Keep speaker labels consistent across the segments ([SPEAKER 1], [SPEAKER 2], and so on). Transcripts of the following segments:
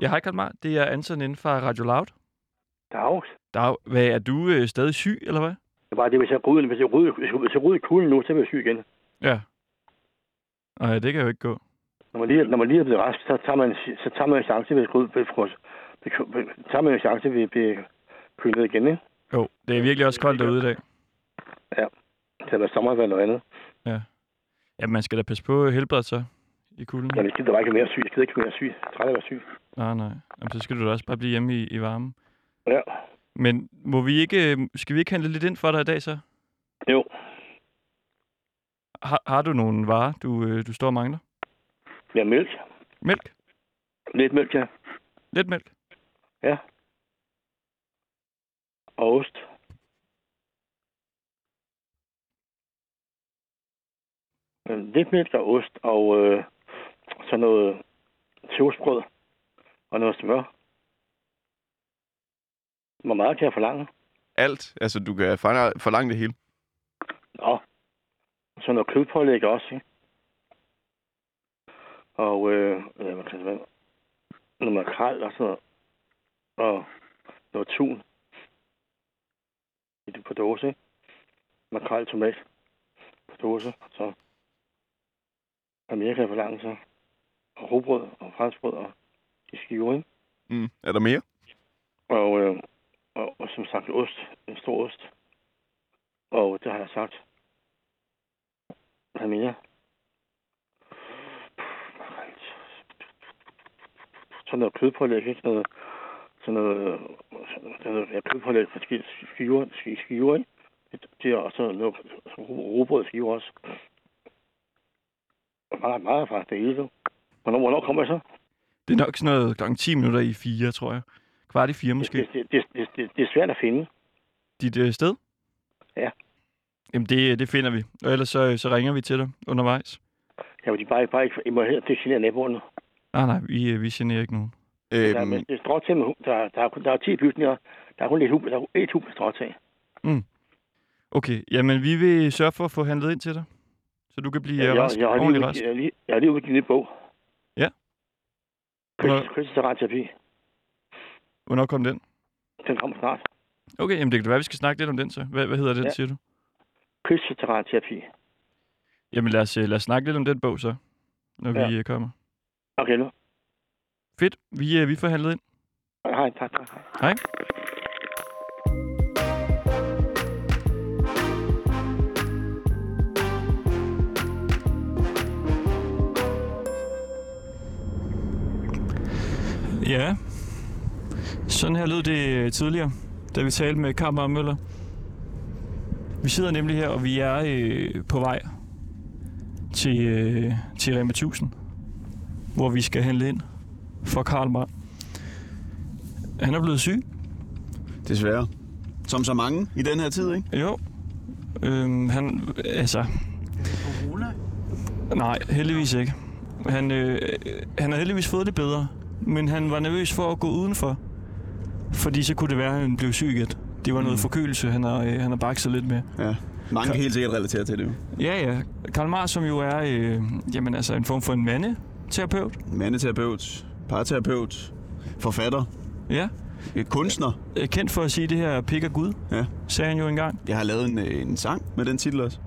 [SPEAKER 1] Ja, hej Kalmar. Det er Anton inden fra Radio Loud.
[SPEAKER 2] Dags.
[SPEAKER 1] Dag, hvad er du øh, stadig syg, eller hvad?
[SPEAKER 2] Det var det, hvis jeg rydde, hvis jeg rydde, hvis jeg- hvis jeg rydde kuglen nu, så bliver jeg syg igen.
[SPEAKER 1] Ja. Nej, det kan jo ikke gå.
[SPEAKER 2] Når man lige, når man lige er blevet rask, så tager man, så tager man en chance ved at rydde, ved, frys, ved, ved, tager man en chance ved at blive kølet igen, ikke?
[SPEAKER 1] Jo, det er virkelig også koldt derude i dag.
[SPEAKER 2] Til at være sommer eller noget andet.
[SPEAKER 1] Ja, man skal da passe på helbredet så i kulden.
[SPEAKER 2] Men jeg gider bare ikke være mere syg. Jeg gider ikke være mere syg. Jeg er træt af at være syg.
[SPEAKER 1] Nej, Ah, nej. Jamen, så skal du da også bare blive hjemme i, i varmen.
[SPEAKER 2] Ja.
[SPEAKER 1] Men må vi ikke, øh, skal vi ikke handle lidt ind for dig i dag så?
[SPEAKER 2] Jo.
[SPEAKER 1] Har, har du nogle varer, du, øh, du står og mangler?
[SPEAKER 2] Ja, mælk.
[SPEAKER 1] Mælk?
[SPEAKER 2] Lidt mælk, ja.
[SPEAKER 1] Lidt mælk?
[SPEAKER 2] Og ost. Øhm, Lidt mælk og ost og øh, så noget toastbrød og noget smør. Hvor meget kan jeg forlange?
[SPEAKER 3] Alt. Altså, du kan forlange, forlange det hele.
[SPEAKER 2] Nå. Og så noget kødpålæg også, ikke? Og, øh, ja, hvad kan det være? Noget makrel og sådan noget. Og noget tun. I det på dåse, ikke? Makrel, tomat. På dåse, så. Og mere kan jeg forlange, så. Og rugbrød og franskbrød og i skiver, ikke?
[SPEAKER 3] Mm. Er der mere?
[SPEAKER 2] Og, øh, og, og som sagt ost. En stor ost. Og det har jeg sagt. Hvad mere? Sådan noget kødpålæg, ikke? Sådan noget, sådan noget, sådan noget ja, kødpålæg fra skiver, sk- skiver, ikke? Det, det er også noget robrød skiver også. Meget, meget faktisk det hele. du. Hvornår, hvornår kommer jeg så?
[SPEAKER 1] Det er nok sådan noget klokken 10 minutter i 4, tror jeg. Kvart i 4 måske.
[SPEAKER 2] Det, det, det, det, det, det er svært at finde.
[SPEAKER 1] dit øh, sted?
[SPEAKER 2] Ja.
[SPEAKER 1] Jamen, det, det finder vi. Og ellers så, øh, så ringer vi til dig undervejs.
[SPEAKER 2] Jeg vil bare, bare ikke, I må heller ikke genere naboerne.
[SPEAKER 1] Nej, nej, vi, øh, vi generer ikke nogen.
[SPEAKER 2] Der,
[SPEAKER 3] Øhm,
[SPEAKER 2] men det er stråtag med, hu- der, der, er kun- der er 10 bygninger. Der er kun et hus, der er et hus med stråtag.
[SPEAKER 1] Okay, jamen vi vil sørge for at få handlet ind til dig. Så du kan blive ja, rask,
[SPEAKER 2] jeg, har lige,
[SPEAKER 1] ordentlig
[SPEAKER 2] ud-
[SPEAKER 1] rask.
[SPEAKER 2] jeg, har lige, jeg har lige udgivet en ny bog.
[SPEAKER 1] Ja. Hvornår-
[SPEAKER 2] Krydsteranterapi.
[SPEAKER 1] Hvornår kom den?
[SPEAKER 2] Den kommer snart.
[SPEAKER 1] Okay, jamen det kan være, vi skal snakke lidt om den så. Hvad, hvad hedder den, ja.
[SPEAKER 2] Ja.
[SPEAKER 1] siger du?
[SPEAKER 2] Krydsteranterapi.
[SPEAKER 1] Jamen lad os, øh, lad os snakke lidt om den bog så, når ja.
[SPEAKER 2] Ja.
[SPEAKER 1] vi øh, kommer.
[SPEAKER 2] Okay, nu.
[SPEAKER 1] Fedt, vi, øh, vi får handlet ind.
[SPEAKER 2] Hej, tak, tak, hej.
[SPEAKER 1] Hej. Ja, sådan her lød det øh, tidligere, da vi talte med Kammer og Møller. Vi sidder nemlig her, og vi er øh, på vej til, øh, til Rema 1000, hvor vi skal handle ind for Karl Marr. Han er blevet syg.
[SPEAKER 3] Desværre. Som så mange i den her tid, ikke?
[SPEAKER 1] Jo. Øhm, han, altså... Corona? Nej, heldigvis ikke. Han, øh, han har heldigvis fået det bedre, men han var nervøs for at gå udenfor. Fordi så kunne det være, at han blev syg igen. Det var noget
[SPEAKER 3] Mm.
[SPEAKER 1] forkølelse, han har, øh, han har bakset lidt med.
[SPEAKER 3] Ja. Mange kan helt sikkert relatere til det. jo.
[SPEAKER 1] Ja, ja. Karl Marx, som jo er øh, jamen, altså en form for en mandeterapeut.
[SPEAKER 3] Mandeterapeut, parterapeut, forfatter,
[SPEAKER 1] Ja.
[SPEAKER 3] øh, kunstner.
[SPEAKER 1] Øh, Kendt for at sige det her pik og gud,
[SPEAKER 3] Ja.
[SPEAKER 1] sagde han jo engang.
[SPEAKER 3] Jeg har lavet en, øh, en sang med den titel også.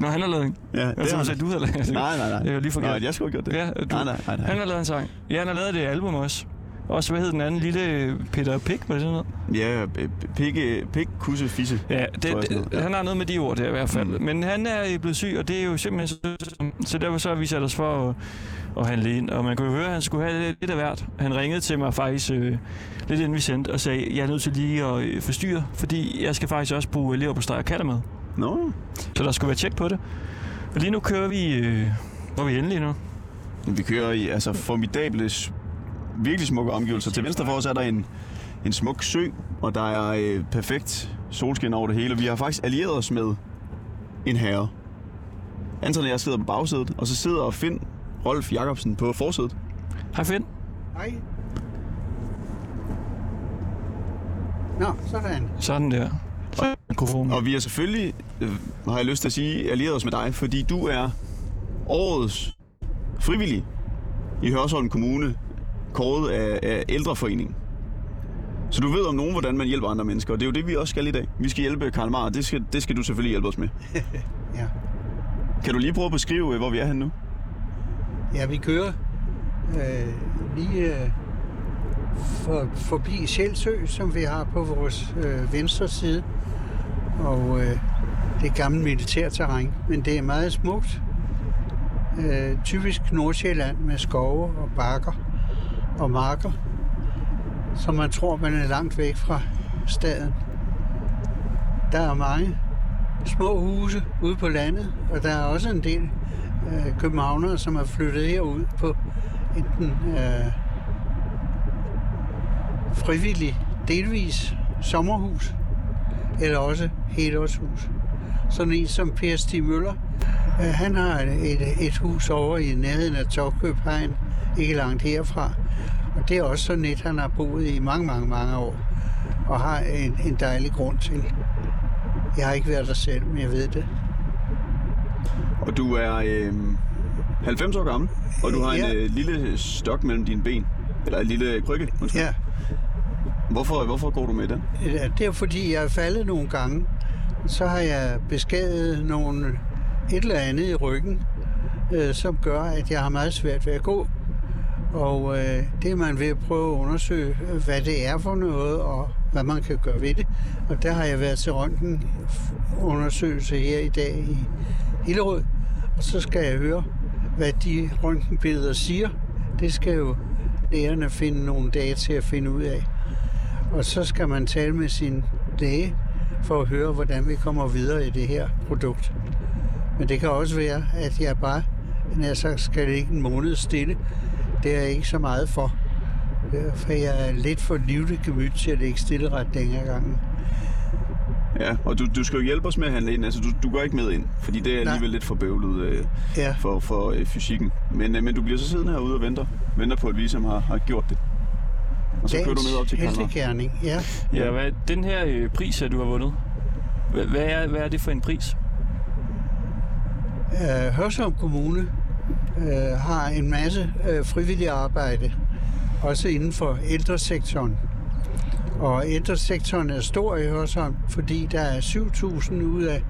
[SPEAKER 1] Nå, han har lavet en.
[SPEAKER 3] Ja,
[SPEAKER 1] Jeg
[SPEAKER 3] har
[SPEAKER 1] troede,
[SPEAKER 3] han.
[SPEAKER 1] du havde lavet en.
[SPEAKER 3] Nej, nej, nej.
[SPEAKER 1] Jeg var lige forkert.
[SPEAKER 3] Nå, jeg skulle have gjort det.
[SPEAKER 1] Ja,
[SPEAKER 3] Nej,
[SPEAKER 1] du,
[SPEAKER 3] nej, nej,
[SPEAKER 1] Han
[SPEAKER 3] nej.
[SPEAKER 1] har lavet en sang. Ja, han har lavet det album også. Også, hvad hed den anden? Lille øh, Peter Pick, var det sådan noget?
[SPEAKER 3] Ja, øh, pikke, pik, kusse, fisse.
[SPEAKER 1] Ja,
[SPEAKER 3] Tror jeg,
[SPEAKER 1] det,
[SPEAKER 3] sådan
[SPEAKER 1] det,
[SPEAKER 3] noget. Ja.
[SPEAKER 1] han har noget med de ord der i hvert fald. Mm.
[SPEAKER 3] Mm.
[SPEAKER 1] Men han er øh, blevet syg, og det er jo simpelthen så... Så derfor så har vi sat os for at, at handle ind. Og man kunne jo høre, at han skulle have lidt- lidt af hvert. Han ringede til mig faktisk øh, lidt inden vi sendte og sagde, jeg er nødt til lige at øh, forstyrre, fordi jeg skal faktisk også bruge elever på og katter med.
[SPEAKER 3] Nå,
[SPEAKER 1] Så der skulle være tjek på det. Og lige nu kører vi... Øh, hvor er vi endelig nu?
[SPEAKER 3] vi kører i altså formidable, s- virkelig smukke omgivelser. Til venstre for os er der en, en smuk sø, og der er øh, perfekt solskin over det hele. Vi har faktisk allieret os med en herre. Anton og jeg sidder på bagsædet, og så sidder Finn Rolf Jacobsen på forsædet.
[SPEAKER 1] Hej Finn.
[SPEAKER 4] Hej. Nå, sådan.
[SPEAKER 1] Sådan der. Og mikrofonen.
[SPEAKER 3] Og vi er selvfølgelig, øh, har jeg lyst til at sige, allieret os med dig, fordi du er årets frivillig i Hørsholm Kommune kåret af, af ældreforeningen. Så du ved om nogen, hvordan man hjælper andre mennesker, og det er jo det, vi også skal i dag. Vi skal hjælpe Karl Marr, og det skal, det skal du selvfølgelig hjælpe os med.
[SPEAKER 4] Ja.
[SPEAKER 3] Kan du lige prøve at beskrive, øh, hvor vi er henne nu?
[SPEAKER 4] ja, vi kører øh, lige øh, for, forbi Sjælsø, som vi har på vores øh, venstre side. Og øh, det er gammelt militærterræn, men det er meget smukt. Øh, typisk Nordsjælland med skove og bakker og marker, så man tror, man er langt væk fra staden. Der er mange små huse ude på landet, og der er også en del øh, københavnere, som er flyttet herud på enten øh, frivillig, delvis sommerhus, eller også helårshus. Sådan en som Per Stig Møller, øh, han har et, et hus over i nærheden af Torkøbhegn, ikke langt herfra. Og det er også sådan et, han har boet i mange, mange, mange år, og har en, en dejlig grund til. Jeg har ikke været der selv, men jeg ved det.
[SPEAKER 3] Og du er øh, 90 år gammel, og du har en
[SPEAKER 4] Ja.
[SPEAKER 3] øh, lille stok mellem dine ben. Eller en lille krykke, undskyld.
[SPEAKER 4] Ja.
[SPEAKER 3] Hvorfor, hvorfor går du med den?
[SPEAKER 4] Ja, Det er fordi, jeg er faldet nogle gange. Så har jeg beskadiget nogle, et eller andet i ryggen, øh, som gør, at jeg har meget svært ved at gå. Og øh, det er man ved at prøve at undersøge, øh, hvad det er for noget, og hvad man kan gøre ved det. Og der har jeg været til røntgenundersøgelse her i dag i Hillerød. Og så skal jeg høre, hvad de røntgenbilleder siger. Det skal jo lægerne finde nogle dage til at finde ud af. Og så skal man tale med sin læge for at høre, hvordan vi kommer videre i det her produkt. Men det kan også være, at jeg bare nær sagt, skal ligge en måned stille. Det er jeg ikke så meget for. Øh, For jeg er lidt for livlig gemyt til at ligge stille ret længere gangen.
[SPEAKER 3] Ja, og du, du skal jo hjælpe os med at handle ind. Altså, du, du går ikke med ind, fordi det er
[SPEAKER 4] Nej.
[SPEAKER 3] alligevel lidt for bøvlet øh,
[SPEAKER 4] Ja,
[SPEAKER 3] for, for øh, fysikken. Men, øh, men du bliver så siddende herude og venter. Venter på, at vi som har, har gjort det. Og så kører du
[SPEAKER 4] dagens
[SPEAKER 3] med op til Kalmar.
[SPEAKER 4] heltegerning. Ja.
[SPEAKER 1] Ja, hvad, den her øh, pris, at du har vundet, hvad, hvad, er, hvad er det for en pris?
[SPEAKER 4] øh, Hørsholm Kommune øh, har en masse øh, frivillige arbejde, også inden for ældresektoren. Og ældresektoren er stor i Hørsholm, fordi der er 7.000 ud af,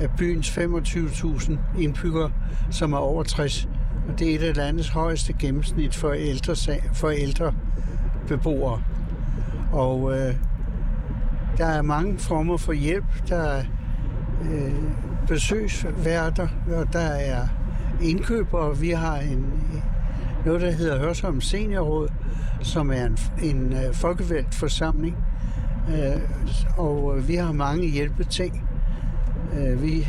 [SPEAKER 4] af byens 25.000 indbyggere, som er over 60. Og det er et af landets højeste gennemsnit for ældre, for ældre beboere. Og øh, der er mange former for hjælp. Der er øh, besøgsværter, og der er indkøb, og vi har en, noget, der hedder Hørsholm Seniorråd, som er en, en øh, folkevalgt forsamling, øh, og øh, vi har mange hjælpeting. Øh, vi øh,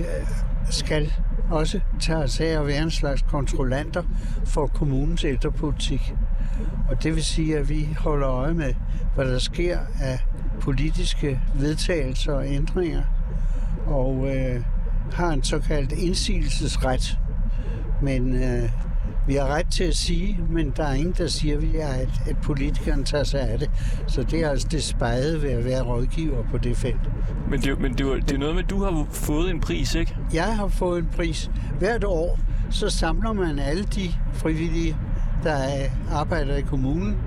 [SPEAKER 4] skal også tage os af at være en slags kontrollanter for kommunens ældrepolitik. Og det vil sige, at vi holder øje med, hvad der sker af politiske vedtagelser og ændringer og øh, har en såkaldt indsigelsesret. Men øh, vi har ret til at sige, men der er ingen, der siger, vi er, at, at politikerne tager sig af det. Så det er altså det spejede ved at være rådgiver på det felt.
[SPEAKER 1] Men det, er jo- men det, er jo- det er noget med, at du har fået en pris, ikke?
[SPEAKER 4] Jeg har fået en pris. Hvert år, så samler man alle de frivillige, der er- arbejder i kommunen,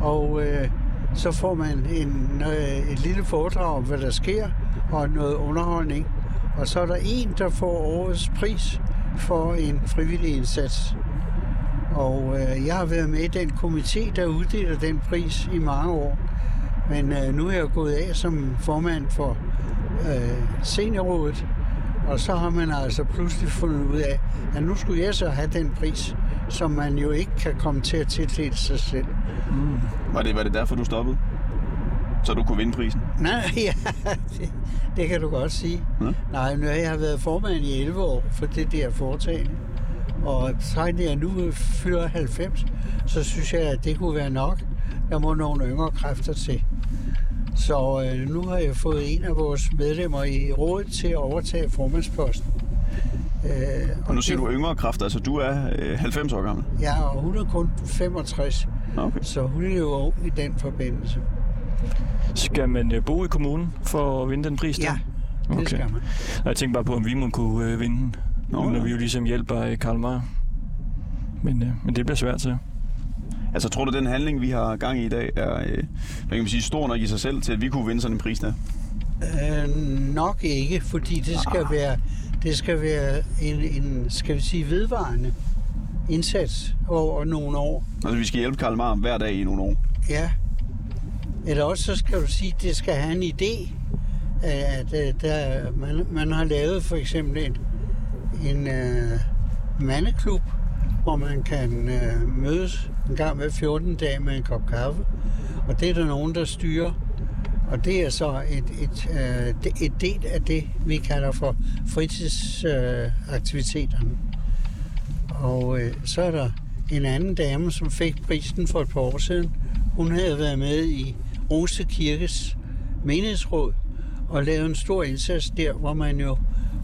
[SPEAKER 4] og øh, så får man en, øh, et lille foredrag om, hvad der sker, og noget underholdning. Og så er der en, der får årets pris for en frivillig indsats. Og øh, jeg har været med i den komité, der uddeler den pris i mange år. Men øh, nu er jeg gået af som formand for øh, seniorrådet, og så har man altså pludselig fundet ud af, at nu skulle jeg så have den pris, som man jo ikke kan komme til at tildele sig selv.
[SPEAKER 3] Var det, var det derfor, du stoppede? Så du kunne vinde prisen?
[SPEAKER 4] Nej, ja, det, det kan du godt sige.
[SPEAKER 3] Ja.
[SPEAKER 4] Nej, nu har jeg været formand i 11 år for det der foretagende. Og så når jeg nu fylder 90, så synes jeg, at det kunne være nok. Der må nogle yngre kræfter til. Så øh, nu har jeg fået en af vores medlemmer i rådet til at overtage formandsposten. Øh,
[SPEAKER 3] Og nu siger
[SPEAKER 4] det-
[SPEAKER 3] du yngre kræfter, altså du er øh, 90 år gammel.
[SPEAKER 4] Ja, og hun er kun 65,
[SPEAKER 3] Nå, Okay.
[SPEAKER 4] så hun er jo ung i den forbindelse.
[SPEAKER 1] Skal man øh, bo i kommunen for at vinde den pris? der?
[SPEAKER 4] det
[SPEAKER 1] Okay.
[SPEAKER 4] skal man.
[SPEAKER 1] Og jeg tænkte bare på, om vi må kunne øh, vinde den,
[SPEAKER 3] Nå,
[SPEAKER 1] nu, når
[SPEAKER 3] ja.
[SPEAKER 1] vi jo ligesom hjælper øh, Karl Meier. Men, øh, men det bliver svært til.
[SPEAKER 3] Altså, tror du, den handling, vi har gang i i dag, er øh, hvad kan man sige, stor nok i sig selv til, at vi kunne vinde sådan en pris der?
[SPEAKER 4] Øh, nok ikke, fordi det skal være, det skal være en, en, skal vi sige, vedvarende indsats over nogle år.
[SPEAKER 3] Altså, vi skal hjælpe Karl Marr hver dag i nogle år.
[SPEAKER 4] Ja. Eller også så skal du sige, at det skal have en idé. At, øh, der, man, man har lavet for eksempel en, en øh, mandeklub, hvor man kan øh, mødes en gang hver 14 dage med en kop kaffe. Og det er der nogen, der styrer. Og det er så et, et, øh, det- et del af det, vi kalder for fritidsaktiviteterne. Øh, aktiviteterne. og øh, så er der en anden dame, som fik prisen for et par år siden. Hun havde været med i Rose Kirkes menighedsråd og lavet en stor indsats der, hvor man jo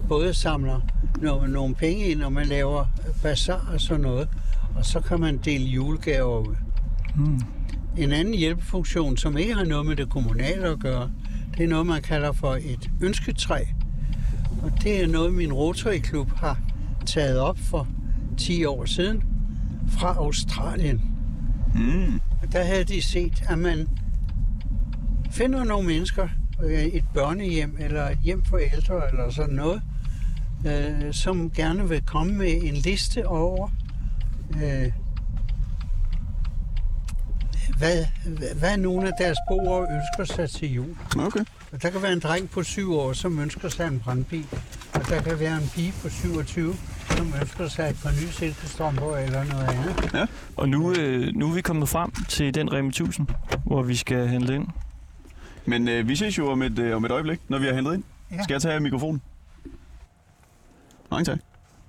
[SPEAKER 4] både samler no- nogle penge ind, og man laver bazar og sådan noget. Og så kan man dele julegaver ud.
[SPEAKER 1] Mm.
[SPEAKER 4] En anden hjælpefunktion, som ikke har noget med det kommunale at gøre, det er noget, man kalder for et ønsketræ. Og det er noget, min Rotary-klub har taget op for 10 år siden fra Australien.
[SPEAKER 3] Mm.
[SPEAKER 4] Og der havde de set, at man finder nogle mennesker, øh, et børnehjem eller et hjem for ældre eller sådan noget, øh, som gerne vil komme med en liste over, øh, hvad, hvad nogle af deres borgere ønsker sig til jul.
[SPEAKER 3] Okay.
[SPEAKER 4] Og der kan være en dreng på 7 år, som ønsker sig en brandbil. Og der kan være en pige på 27, som ønsker sig et par nye silkestrømper eller noget andet.
[SPEAKER 1] Og nu, øh, nu er vi kommet frem til den Rema 1000, hvor vi skal handle ind.
[SPEAKER 3] Men øh, vi ses jo om et, øh, om et øjeblik, når vi har hentet ind.
[SPEAKER 4] Ja.
[SPEAKER 3] Ja. Skal jeg tage mikrofonen? Mange tak.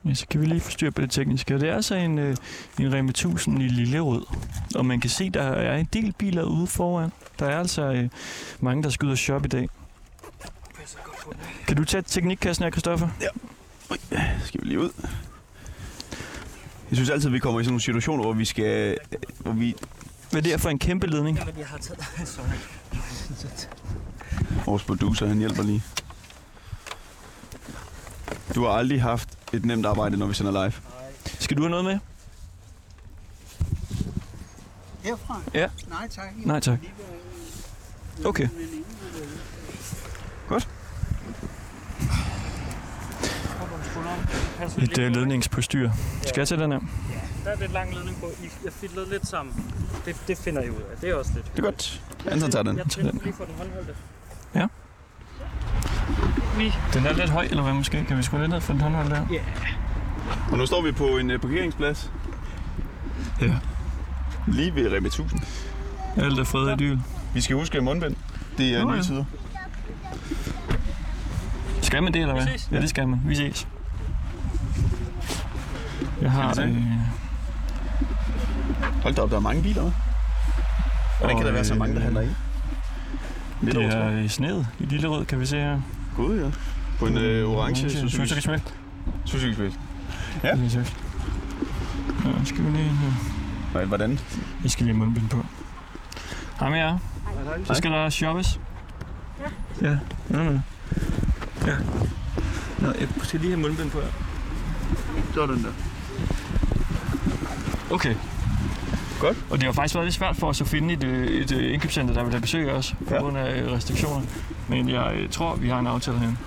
[SPEAKER 1] Ja, så kan vi lige forstyrre på det tekniske. Og det er altså en, øh, en Rema 1000 i Lillerød. Og man kan se, der er en del biler ude foran. Der er altså øh, mange, der skyder shop i dag. Kan du tage teknikkassen her, Christoffer?
[SPEAKER 3] skal vi lige ud. Jeg synes altid, vi kommer i sådan nogle situationer, hvor vi skal... øh, Hvor vi...
[SPEAKER 1] Hvad er det her for en kæmpe ledning?
[SPEAKER 5] Jamen, jeg har taget... Sorry.
[SPEAKER 3] Vores producer, han hjælper lige. Du har aldrig haft et nemt arbejde, når vi sender live.
[SPEAKER 1] Skal du have noget med?
[SPEAKER 4] Herfra?
[SPEAKER 1] Ja.
[SPEAKER 4] Nej tak.
[SPEAKER 1] Nej, tak. Okay.
[SPEAKER 4] øh,
[SPEAKER 1] Et øh, ledningspostyr. Skal jeg tage den her?
[SPEAKER 5] Der er lidt lang ledning på. I, jeg fiddlede lidt sammen. Det, det finder I ud af. Det er også lidt.
[SPEAKER 3] Det er godt. Anton tager den.
[SPEAKER 5] Jeg tændte lige for den håndholdte.
[SPEAKER 1] Ja.
[SPEAKER 5] Vi.
[SPEAKER 1] Den er lidt høj, eller hvad måske? Kan vi skrue lidt ned for den håndhold der?
[SPEAKER 5] Ja.
[SPEAKER 3] Og nu står vi på en øh, parkeringsplads.
[SPEAKER 1] Ja.
[SPEAKER 3] Lige ved Rema 1000.
[SPEAKER 1] Alt er fred og dyl.
[SPEAKER 3] Vi skal huske mundbind. Det er
[SPEAKER 1] Nå,
[SPEAKER 3] nye
[SPEAKER 1] ja.
[SPEAKER 3] tider.
[SPEAKER 1] Skal man det, eller hvad?
[SPEAKER 5] Vi ses.
[SPEAKER 1] Ja, det skal man. Vi ses. Jeg har...
[SPEAKER 3] Skal vi
[SPEAKER 1] Øh,
[SPEAKER 3] se? Hold da op, der er mange biler. hva'? Hvordan kan
[SPEAKER 1] og,
[SPEAKER 3] der være så mange, der
[SPEAKER 1] øh,
[SPEAKER 3] handler i? Lidt
[SPEAKER 1] Det
[SPEAKER 3] over tre.
[SPEAKER 1] er øh, sneet i Lillerød, kan vi se her.
[SPEAKER 3] God, ja. På en øh, orange
[SPEAKER 1] Suzuki
[SPEAKER 3] Suzuki.
[SPEAKER 1] Swift.
[SPEAKER 3] Suzuki Swift. Ja.
[SPEAKER 1] Suzuki Swift. Ja, skal vi lige... øh,
[SPEAKER 3] Nej, hvordan?
[SPEAKER 1] Jeg skal lige have mundbind på. Hej med jer. Så skal der shoppes. Ja. Ja. Nå, nå. Ja. Nå, jeg skal lige have mundbind på her.
[SPEAKER 3] Sådan der.
[SPEAKER 1] Okay.
[SPEAKER 3] Godt.
[SPEAKER 1] Og det har faktisk været lidt svært for os at finde et, øh, et øh, indkøbscenter, der vil have besøg af os, på
[SPEAKER 3] Ja.
[SPEAKER 1] grund af øh, restriktioner. Men jeg øh, tror, vi har en aftale herinde.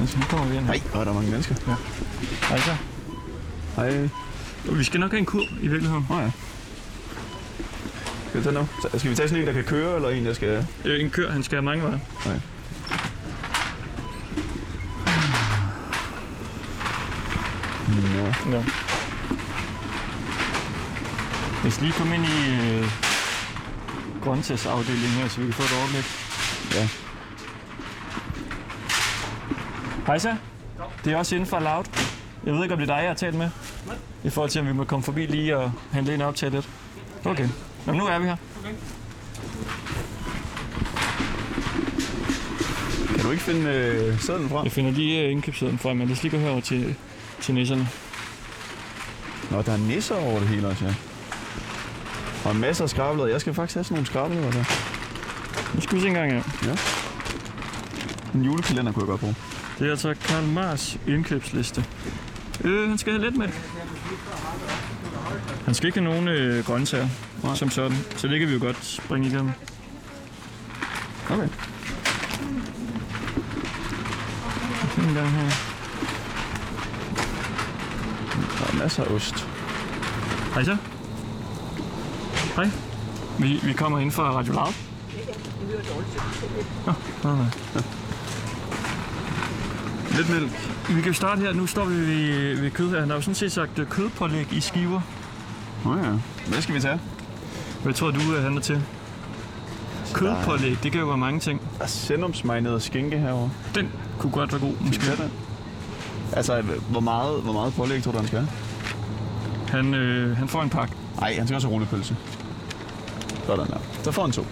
[SPEAKER 1] Altså, nu kommer vi ind her.
[SPEAKER 3] Nej, hvor er der mange mennesker. Ja.
[SPEAKER 1] Hej så.
[SPEAKER 3] Hej.
[SPEAKER 1] Og Vi skal nok have en kur i virkeligheden.
[SPEAKER 3] Nå ja. Skal vi tage noget? Så- Skal vi tage sådan en, der kan køre, eller en, der skal...
[SPEAKER 1] Øh, en kør, han skal have mange varer.
[SPEAKER 3] Nej. Nå.
[SPEAKER 1] Nå. Jeg skal lige komme ind i øh, grøntsagsafdelingen her, så vi kan få et overblik.
[SPEAKER 3] Ja.
[SPEAKER 1] Hej så. Det er også inden for Loud. Jeg ved ikke, om det er dig, jeg har talt med. I forhold til, om vi må komme forbi lige og handle ind og optage lidt. Okay. Nå, men nu er vi her.
[SPEAKER 3] Kan du ikke finde øh, sædlen frem?
[SPEAKER 1] Jeg finder lige øh, indkøbssedlen frem, men lad os lige gå herover til, til nisserne.
[SPEAKER 3] Nå, der er nisser over det hele også, ja. Og masser af skrabbeleder. Jeg skal faktisk have sådan nogle skrabbeleder der.
[SPEAKER 1] Nu skal vi se engang her.
[SPEAKER 3] En julekalender kunne jeg godt bruge.
[SPEAKER 1] Det er altså Karl Mars indkøbsliste. Øh, han skal have lidt med. Han skal ikke have nogen øh, grøntsager, Nej. som sådan. Så det kan vi jo godt springe igennem.
[SPEAKER 3] Okay.
[SPEAKER 1] Den gang her.
[SPEAKER 3] Der er masser af ost.
[SPEAKER 1] Hej så. Hej. Vi, vi kommer ind fra Radio Loud. Ja, det lyder dårligt. Nå, nej, nej.
[SPEAKER 3] Lidt mælk.
[SPEAKER 1] Vi kan starte her. Nu står vi ved, ved kød her. Han har jo sådan set sagt øh, kødpålæg i skiver.
[SPEAKER 3] Nå ja. Hvad skal vi tage?
[SPEAKER 1] Hvad tror du, øh, han er til? Kødpålæg, det kan jo være mange ting.
[SPEAKER 3] Der er sennumsmarineret skinke herovre.
[SPEAKER 1] Den kunne godt være god.
[SPEAKER 3] Skal vi tage den? Altså, hvor meget, hvor meget pålæg tror du, han skal have?
[SPEAKER 1] Han, øh, han får en pakke.
[SPEAKER 3] Nej, han skal også have rullepølse. Sådan der. Så får han to.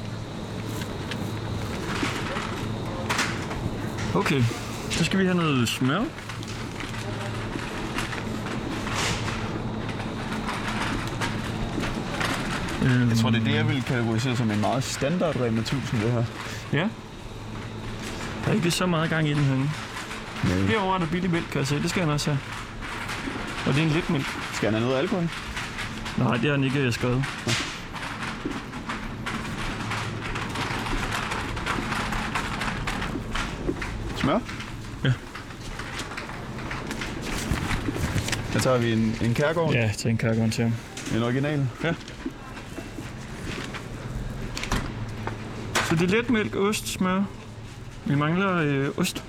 [SPEAKER 1] Okay, så skal vi have noget smør. Øhm,
[SPEAKER 3] Jeg tror, det er det, jeg ville kategorisere som en meget standard Rema 1000, det her.
[SPEAKER 1] Ja. Der er ikke så meget gang i den her.
[SPEAKER 3] Nej.
[SPEAKER 1] Herovre er der billig mælk, kan jeg se. Det skal han også have. Og det er en let mælk.
[SPEAKER 3] Skal han have noget alkohol?
[SPEAKER 1] Nej, det har han ikke øh, skrevet.
[SPEAKER 3] Smør?
[SPEAKER 1] Ja.
[SPEAKER 3] Så tager vi en, en kærgård,
[SPEAKER 1] Ja, den kan jeg godt til ham.
[SPEAKER 3] en original.
[SPEAKER 1] Så det er let mælk, ost, smør. Vi mangler øh, ost.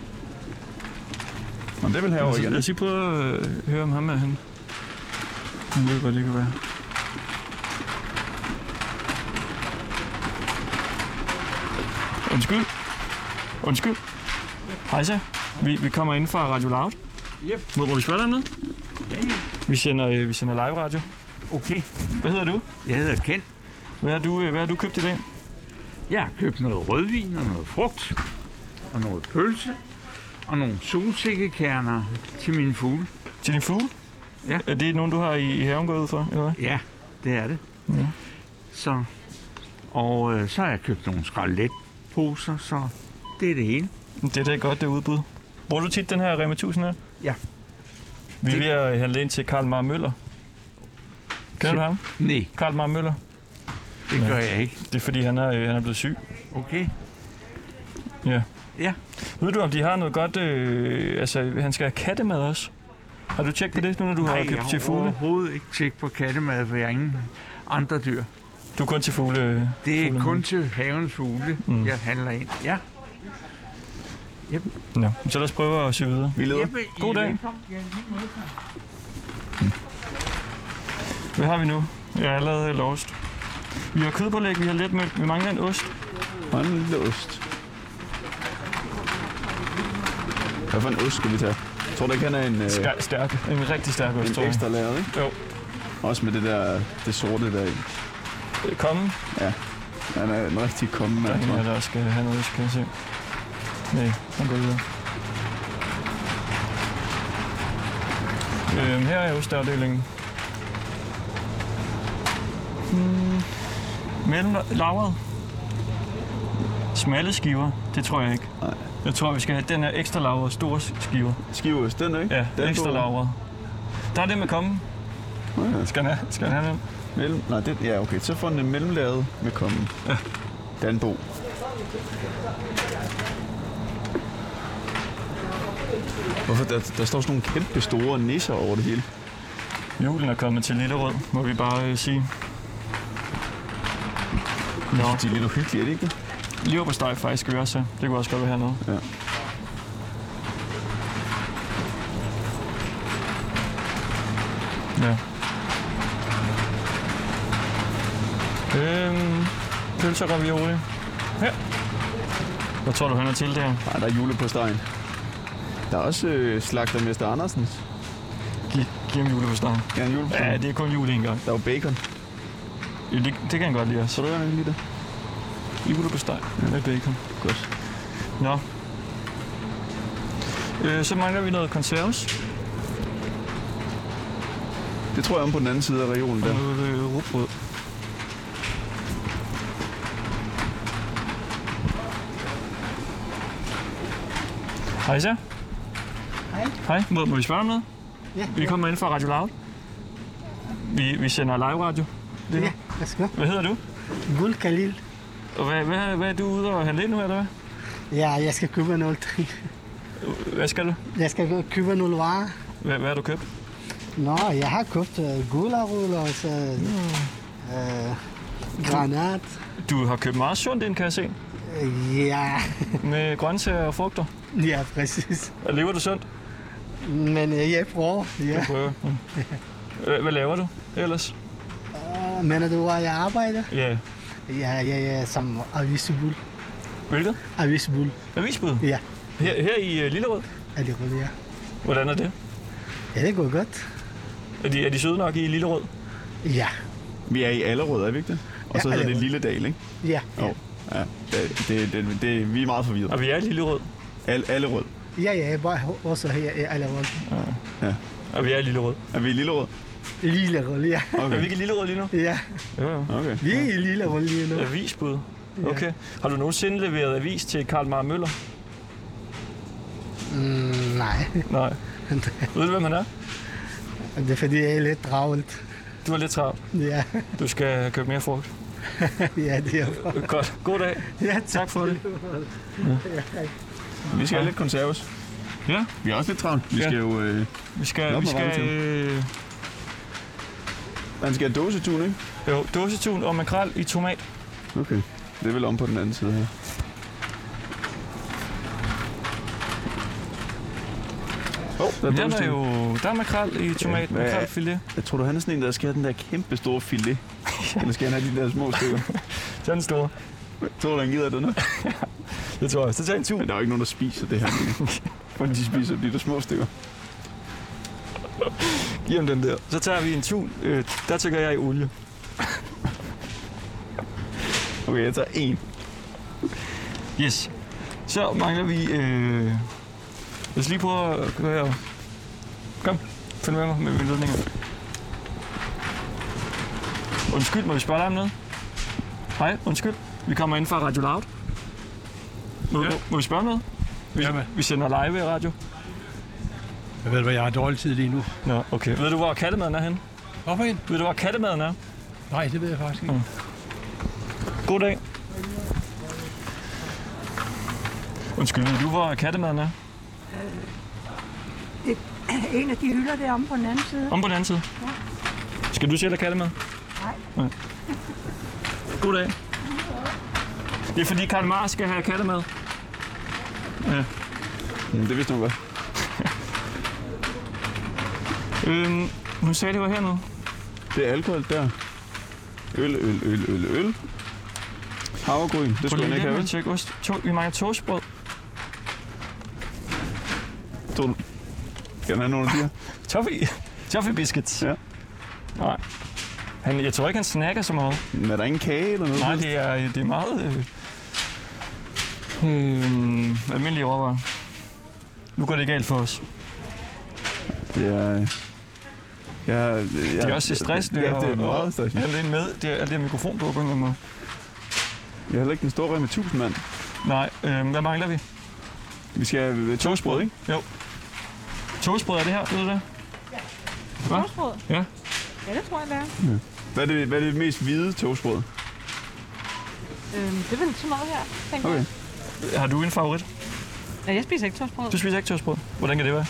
[SPEAKER 3] Og det vil have
[SPEAKER 1] Altså, lad
[SPEAKER 3] original.
[SPEAKER 1] os lige prøve at øh, høre om ham er han. Han ved, hvor det kan være. Undskyld. Undskyld. Hej så. Vi, vi kommer ind fra Radio Loud. Yep. Må, må vi spørge dig om noget? Ja, ja. Vi sender, øh, vi sender live radio.
[SPEAKER 6] Okay,
[SPEAKER 1] Hvad hedder du?
[SPEAKER 6] jeg hedder Ken.
[SPEAKER 1] Hvad har du, øh, hvad har du købt i dag?
[SPEAKER 6] Jeg har købt noget rødvin og noget frugt og noget pølse og nogle solsikkekerner til mine fugle.
[SPEAKER 1] Til din fugle?
[SPEAKER 6] Ja.
[SPEAKER 1] Er det nogen, du har i, i haven gået ud for? Eller hvad?
[SPEAKER 6] Ja, det er det.
[SPEAKER 1] Ja.
[SPEAKER 6] Så, og øh, så har jeg købt nogle skralletposer, så det er det hele.
[SPEAKER 1] Det er da godt, det udbud. Bruger du tit den her Rema 1000 her?
[SPEAKER 6] Ja.
[SPEAKER 1] Vi er
[SPEAKER 6] Det-
[SPEAKER 1] ved at handle ind til Karl Mar Møller. Kender du ham?
[SPEAKER 6] Nej,
[SPEAKER 1] Karl Mar Møller.
[SPEAKER 6] det gør jeg ikke.
[SPEAKER 1] Det er fordi, han er, øh, han er blevet syg.
[SPEAKER 6] Okay.
[SPEAKER 1] Ved du, om de har noget godt... Øh, altså, han skal have kattemad også. Har du tjekket på det, nu når du har
[SPEAKER 6] jeg
[SPEAKER 1] købt til
[SPEAKER 6] har
[SPEAKER 1] fugle?
[SPEAKER 6] overhovedet ikke tjekket på kattemad, for jeg har ingen andre dyr.
[SPEAKER 1] Du er kun til fugle. øh.
[SPEAKER 6] Det er
[SPEAKER 1] Fuglene.
[SPEAKER 6] kun til havens fugle,
[SPEAKER 1] Mm.
[SPEAKER 6] mm. jeg handler ind. Ja.
[SPEAKER 1] Nå, så lad os prøve at se videre.
[SPEAKER 3] Vi leder.
[SPEAKER 6] Jeppe, I
[SPEAKER 1] God
[SPEAKER 6] er
[SPEAKER 1] dag.
[SPEAKER 6] velkommen. Ja, lige måde.
[SPEAKER 1] Hvad har vi nu? Jeg er allerede lost. Vi har kødpålæg, vi har letmælk, vi mangler en ost.
[SPEAKER 3] Og en lille ost. Hvad for en ost skal vi tage? Jeg tror, der kan have en, øh,
[SPEAKER 1] Stærk, stærk. En rigtig stærk ost,
[SPEAKER 3] en
[SPEAKER 1] tror jeg.
[SPEAKER 3] ekstra lager, ikke?
[SPEAKER 1] Jo.
[SPEAKER 3] Også med det der, det sorte der. i.
[SPEAKER 1] Øh, Kongen,
[SPEAKER 3] Han er en rigtig komme
[SPEAKER 1] Der
[SPEAKER 3] mand,
[SPEAKER 1] er en
[SPEAKER 3] tror
[SPEAKER 1] her,
[SPEAKER 3] jeg.
[SPEAKER 1] der skal have noget, skal jeg se. Nej, han går videre. Øhm, her er osteafdelingen. Hmm. Mellem lavret. Smalle skiver, det tror jeg ikke.
[SPEAKER 3] Nej.
[SPEAKER 1] Jeg tror, vi skal have den her ekstra lavret, store skiver.
[SPEAKER 3] Skiveost, den er ikke?
[SPEAKER 1] Ja,
[SPEAKER 3] den
[SPEAKER 1] den ekstra
[SPEAKER 3] på-
[SPEAKER 1] lavret. Der er det med kommen.
[SPEAKER 3] Nå Ja.
[SPEAKER 1] Skal han have, skal han have den?
[SPEAKER 3] Mellem, nej, det, ja, okay. Så får den en mellemlaget med kommen. Ja. Danbo. Hvorfor? Der, der står sådan nogle kæmpe store nisser over det hele.
[SPEAKER 1] Julen er kommet til Lillerød, må vi bare øh, sige. Nå.
[SPEAKER 3] De er lidt uhyggelige, er det ikke det?
[SPEAKER 1] Leverpostej faktisk skal vi også have. Det kunne også godt være hernede.
[SPEAKER 3] Ja.
[SPEAKER 1] Ja. Øhm, pølse og ravioli. Her. Hvad tror du, han er til der?
[SPEAKER 3] Nej, der er jule på stegen. Der er også øh, slagtermester Andersens.
[SPEAKER 1] Giv, giv ham julepostej.
[SPEAKER 3] Gerne jule på
[SPEAKER 1] Ja,
[SPEAKER 3] stegen.
[SPEAKER 1] det er kun jul en gang.
[SPEAKER 3] Der er jo bacon.
[SPEAKER 1] Ja, det, det kan han godt lide
[SPEAKER 3] Så
[SPEAKER 1] også.
[SPEAKER 3] du gerne lige det?
[SPEAKER 1] Julepostej med bacon.
[SPEAKER 3] Godt.
[SPEAKER 1] Nå. Øh, så mangler vi noget konserves.
[SPEAKER 3] Det tror jeg om på den anden side af regionen
[SPEAKER 1] Ja.
[SPEAKER 3] der.
[SPEAKER 1] Noget øh, rugbrød. Hej så. Hej. Hej. Må, må vi spørge om noget?
[SPEAKER 4] Ja.
[SPEAKER 1] Vi kommer ind fra Radio Loud. Vi, vi sender live radio. Det her.
[SPEAKER 7] Ja, lad os gå.
[SPEAKER 1] Hvad hedder du?
[SPEAKER 7] Guld Khalil.
[SPEAKER 1] Og hvad, hvad, hvad er du ude og handle ind nu, eller hvad?
[SPEAKER 7] Ja, jeg skal købe noget. ting.
[SPEAKER 1] Hvad skal du?
[SPEAKER 7] Jeg skal gå- købe nogle varer.
[SPEAKER 1] Hvad, hvad har du købt?
[SPEAKER 7] Nå, jeg har købt uh, gulerod og så, uh, granat.
[SPEAKER 1] Du har købt meget sundt ind, kan jeg se.
[SPEAKER 7] Øh, Ja,
[SPEAKER 1] Med grøntsager og frugter.
[SPEAKER 7] ja, præcis.
[SPEAKER 1] Og Lever du sundt?
[SPEAKER 7] Men øh, jeg prøver. Ja.
[SPEAKER 1] Du prøver. Mm. Hvad, hvad laver du ellers?
[SPEAKER 7] Øh, Men du, hvor jeg arbejder?
[SPEAKER 1] Ja.
[SPEAKER 7] Ja, ja, ja, som avisbud.
[SPEAKER 1] Hvilket?
[SPEAKER 7] Avisbud.
[SPEAKER 1] Avisbud?
[SPEAKER 7] Ja,
[SPEAKER 1] Her, her i øh, Lillerød?
[SPEAKER 7] er det godt, ja.
[SPEAKER 1] Hvordan er det?
[SPEAKER 7] Ja, det går godt.
[SPEAKER 1] Er de, er de søde nok i Lillerød?
[SPEAKER 7] Ja,
[SPEAKER 3] Vi er i Allerød, er vi ikke det? Og så
[SPEAKER 7] Ja,
[SPEAKER 3] hedder det
[SPEAKER 7] Allerød.
[SPEAKER 3] Lilledal, ikke?
[SPEAKER 7] ja,
[SPEAKER 3] Jo. Ja, det, det, det, det, vi er meget forvirret.
[SPEAKER 1] Og vi er i Lillerød.
[SPEAKER 3] Al, Allerød.
[SPEAKER 7] ja, ja, jeg bor også her i Allerød.
[SPEAKER 1] Og vi er i Lillerød.
[SPEAKER 3] Er vi i Lillerød?
[SPEAKER 7] Lille ja.
[SPEAKER 1] Er vi
[SPEAKER 3] Okay.
[SPEAKER 1] ikke i Lillerød lige nu?
[SPEAKER 7] Ja,
[SPEAKER 1] Jo, jo.
[SPEAKER 3] okay.
[SPEAKER 7] vi er i Lille lige nu.
[SPEAKER 1] Avisbud? Okay. Har du nogensinde leveret avis til Karl Mar Møller?
[SPEAKER 7] Mm, nej,
[SPEAKER 1] Nej. Ved du, hvem han er?
[SPEAKER 7] det er fordi, jeg er lidt travlt.
[SPEAKER 1] Du er lidt travlt.
[SPEAKER 7] Ja,
[SPEAKER 1] Du skal købe mere frugt.
[SPEAKER 7] ja, det er for.
[SPEAKER 1] Godt. God dag.
[SPEAKER 7] Ja,
[SPEAKER 1] Tak for det.
[SPEAKER 3] Vi skal have lidt konserves.
[SPEAKER 1] Ja.
[SPEAKER 3] Vi er også lidt travlt. Vi
[SPEAKER 1] Ja.
[SPEAKER 3] skal jo... Øh,
[SPEAKER 1] Vi
[SPEAKER 3] Nå,
[SPEAKER 1] skal... Vi
[SPEAKER 3] hvor var det
[SPEAKER 1] skal
[SPEAKER 3] til?
[SPEAKER 1] øh,
[SPEAKER 3] man skal have dåsetun, ikke?
[SPEAKER 1] jo, dåsetun og makrel i tomat.
[SPEAKER 3] Okay. Det er vel om på den anden side her. Oh, der er
[SPEAKER 1] Den er
[SPEAKER 3] dåsetun.
[SPEAKER 1] jo... Der er makrel i tomat.
[SPEAKER 3] hvad er-
[SPEAKER 1] Makrelfilet.
[SPEAKER 3] Jeg tror, du han er sådan en, der skal have den der kæmpe store filet. Eller skal han have de der små stykker?
[SPEAKER 1] Det er den store.
[SPEAKER 3] tror du, han gider den her?
[SPEAKER 1] Det tror jeg. Så tag en tur.
[SPEAKER 3] Men der er jo ikke nogen, der spiser det her. Fordi de spiser de der små stykker.
[SPEAKER 1] Giv ham den der. Så tager vi en tun. Øh, der tænker jeg i olie.
[SPEAKER 3] Okay, jeg tager en.
[SPEAKER 1] Yes. Så mangler vi... Øh... Lad os lige prøve at gå her. Kom, følg med mig med mine ledninger. Undskyld, må vi spørge dig om noget? Hej, undskyld. Vi kommer ind fra Radio Loud. Må, ja. må, må vi spørge om noget? Vi,
[SPEAKER 8] Jamen.
[SPEAKER 1] vi sender live i radio.
[SPEAKER 8] Jeg ved, hvad jeg har dårlig tid lige nu.
[SPEAKER 1] Nå, okay. Ved du, hvor kattemaden er henne?
[SPEAKER 8] Hvorfor en?
[SPEAKER 1] Ved du, hvor kattemaden er? Mm.
[SPEAKER 8] Nej, det ved jeg faktisk ikke.
[SPEAKER 1] God dag. Undskyld, ved du, hvor kattemaden er?
[SPEAKER 9] Øh, En af de hylder der om på den anden side.
[SPEAKER 1] Om på den anden side. Skal du selv have kattemad? Nej. God dag. Det er fordi Karl Marx skal have kattemad.
[SPEAKER 3] Mm, det vidste hun godt.
[SPEAKER 1] Øhm, hun sagde, det var hernede.
[SPEAKER 3] Det er alkohol der. Øl, øl, øl, øl, øl. Havregryn, det skulle han ikke have. vel?
[SPEAKER 1] Tjek ost. To, vi mangler toastbrød.
[SPEAKER 3] Tror du? Skal han have nogle af de her?
[SPEAKER 1] Toffee. Toffee biscuits.
[SPEAKER 3] Ja.
[SPEAKER 1] Nej. Han, jeg tror ikke, han snakker så meget.
[SPEAKER 3] Men Er der ingen kage eller noget?
[SPEAKER 1] Nej, det er, det er meget... Øh, øh, almindelige råvarer. Nu går det galt for os.
[SPEAKER 3] Det er... øh, Ja, jeg,
[SPEAKER 1] Det er også stressende.
[SPEAKER 3] Ja, det er
[SPEAKER 1] og-
[SPEAKER 3] meget
[SPEAKER 1] og-
[SPEAKER 3] stressende.
[SPEAKER 1] Alt det med. Det er, alt det er mikrofon på, på en eller anden måde.
[SPEAKER 3] Jeg har heller ikke den store med 1000 mand.
[SPEAKER 1] Nej, øh, hvad mangler vi?
[SPEAKER 3] Vi skal have øh, toastbrød, ikke?
[SPEAKER 1] Toastbrød er det her, ved du det?
[SPEAKER 9] Toastbrød?
[SPEAKER 1] Ja.
[SPEAKER 9] Ja, det tror jeg, det er.
[SPEAKER 3] Hvad er det, hvad er det mest hvide toastbrød?
[SPEAKER 9] Øhm, det er vel sådan noget her, tænker
[SPEAKER 3] Okay.
[SPEAKER 9] okay.
[SPEAKER 1] Har du en favorit?
[SPEAKER 9] jeg. Ja, jeg spiser ikke toastbrød.
[SPEAKER 1] Du spiser ikke toastbrød. Hvordan kan det være?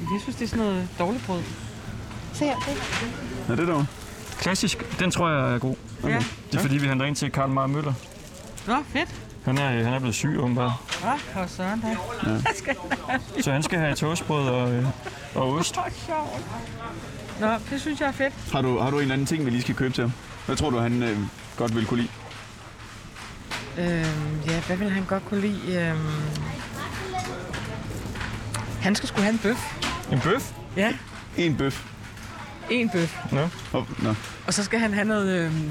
[SPEAKER 9] Jeg synes, det er sådan noget dårligt brød. Se her, det er
[SPEAKER 3] Er det der?
[SPEAKER 1] Klassisk, den tror jeg er god.
[SPEAKER 9] Ja.
[SPEAKER 1] Det er fordi, vi handler ind til Karl Mayer Møller.
[SPEAKER 9] Nå, fedt.
[SPEAKER 1] Han er, han er blevet syg, åbenbart.
[SPEAKER 9] Nå, for søren da.
[SPEAKER 1] Så han skal have toastbrød og, øh, og ost.
[SPEAKER 9] Hvor sjovt. Nå, det synes jeg er fedt.
[SPEAKER 3] Har du, har du en eller anden ting, vi lige skal købe til ham? Hvad tror du, han øh, godt ville kunne lide?
[SPEAKER 9] Øhm, ja, hvad vil han godt kunne lide? Øhm... Han skal skulle have en bøf.
[SPEAKER 1] En bøf?
[SPEAKER 9] Ja,
[SPEAKER 3] En bøf.
[SPEAKER 9] en bøf.
[SPEAKER 3] Oh, nå.
[SPEAKER 9] Og så skal han have noget øhm,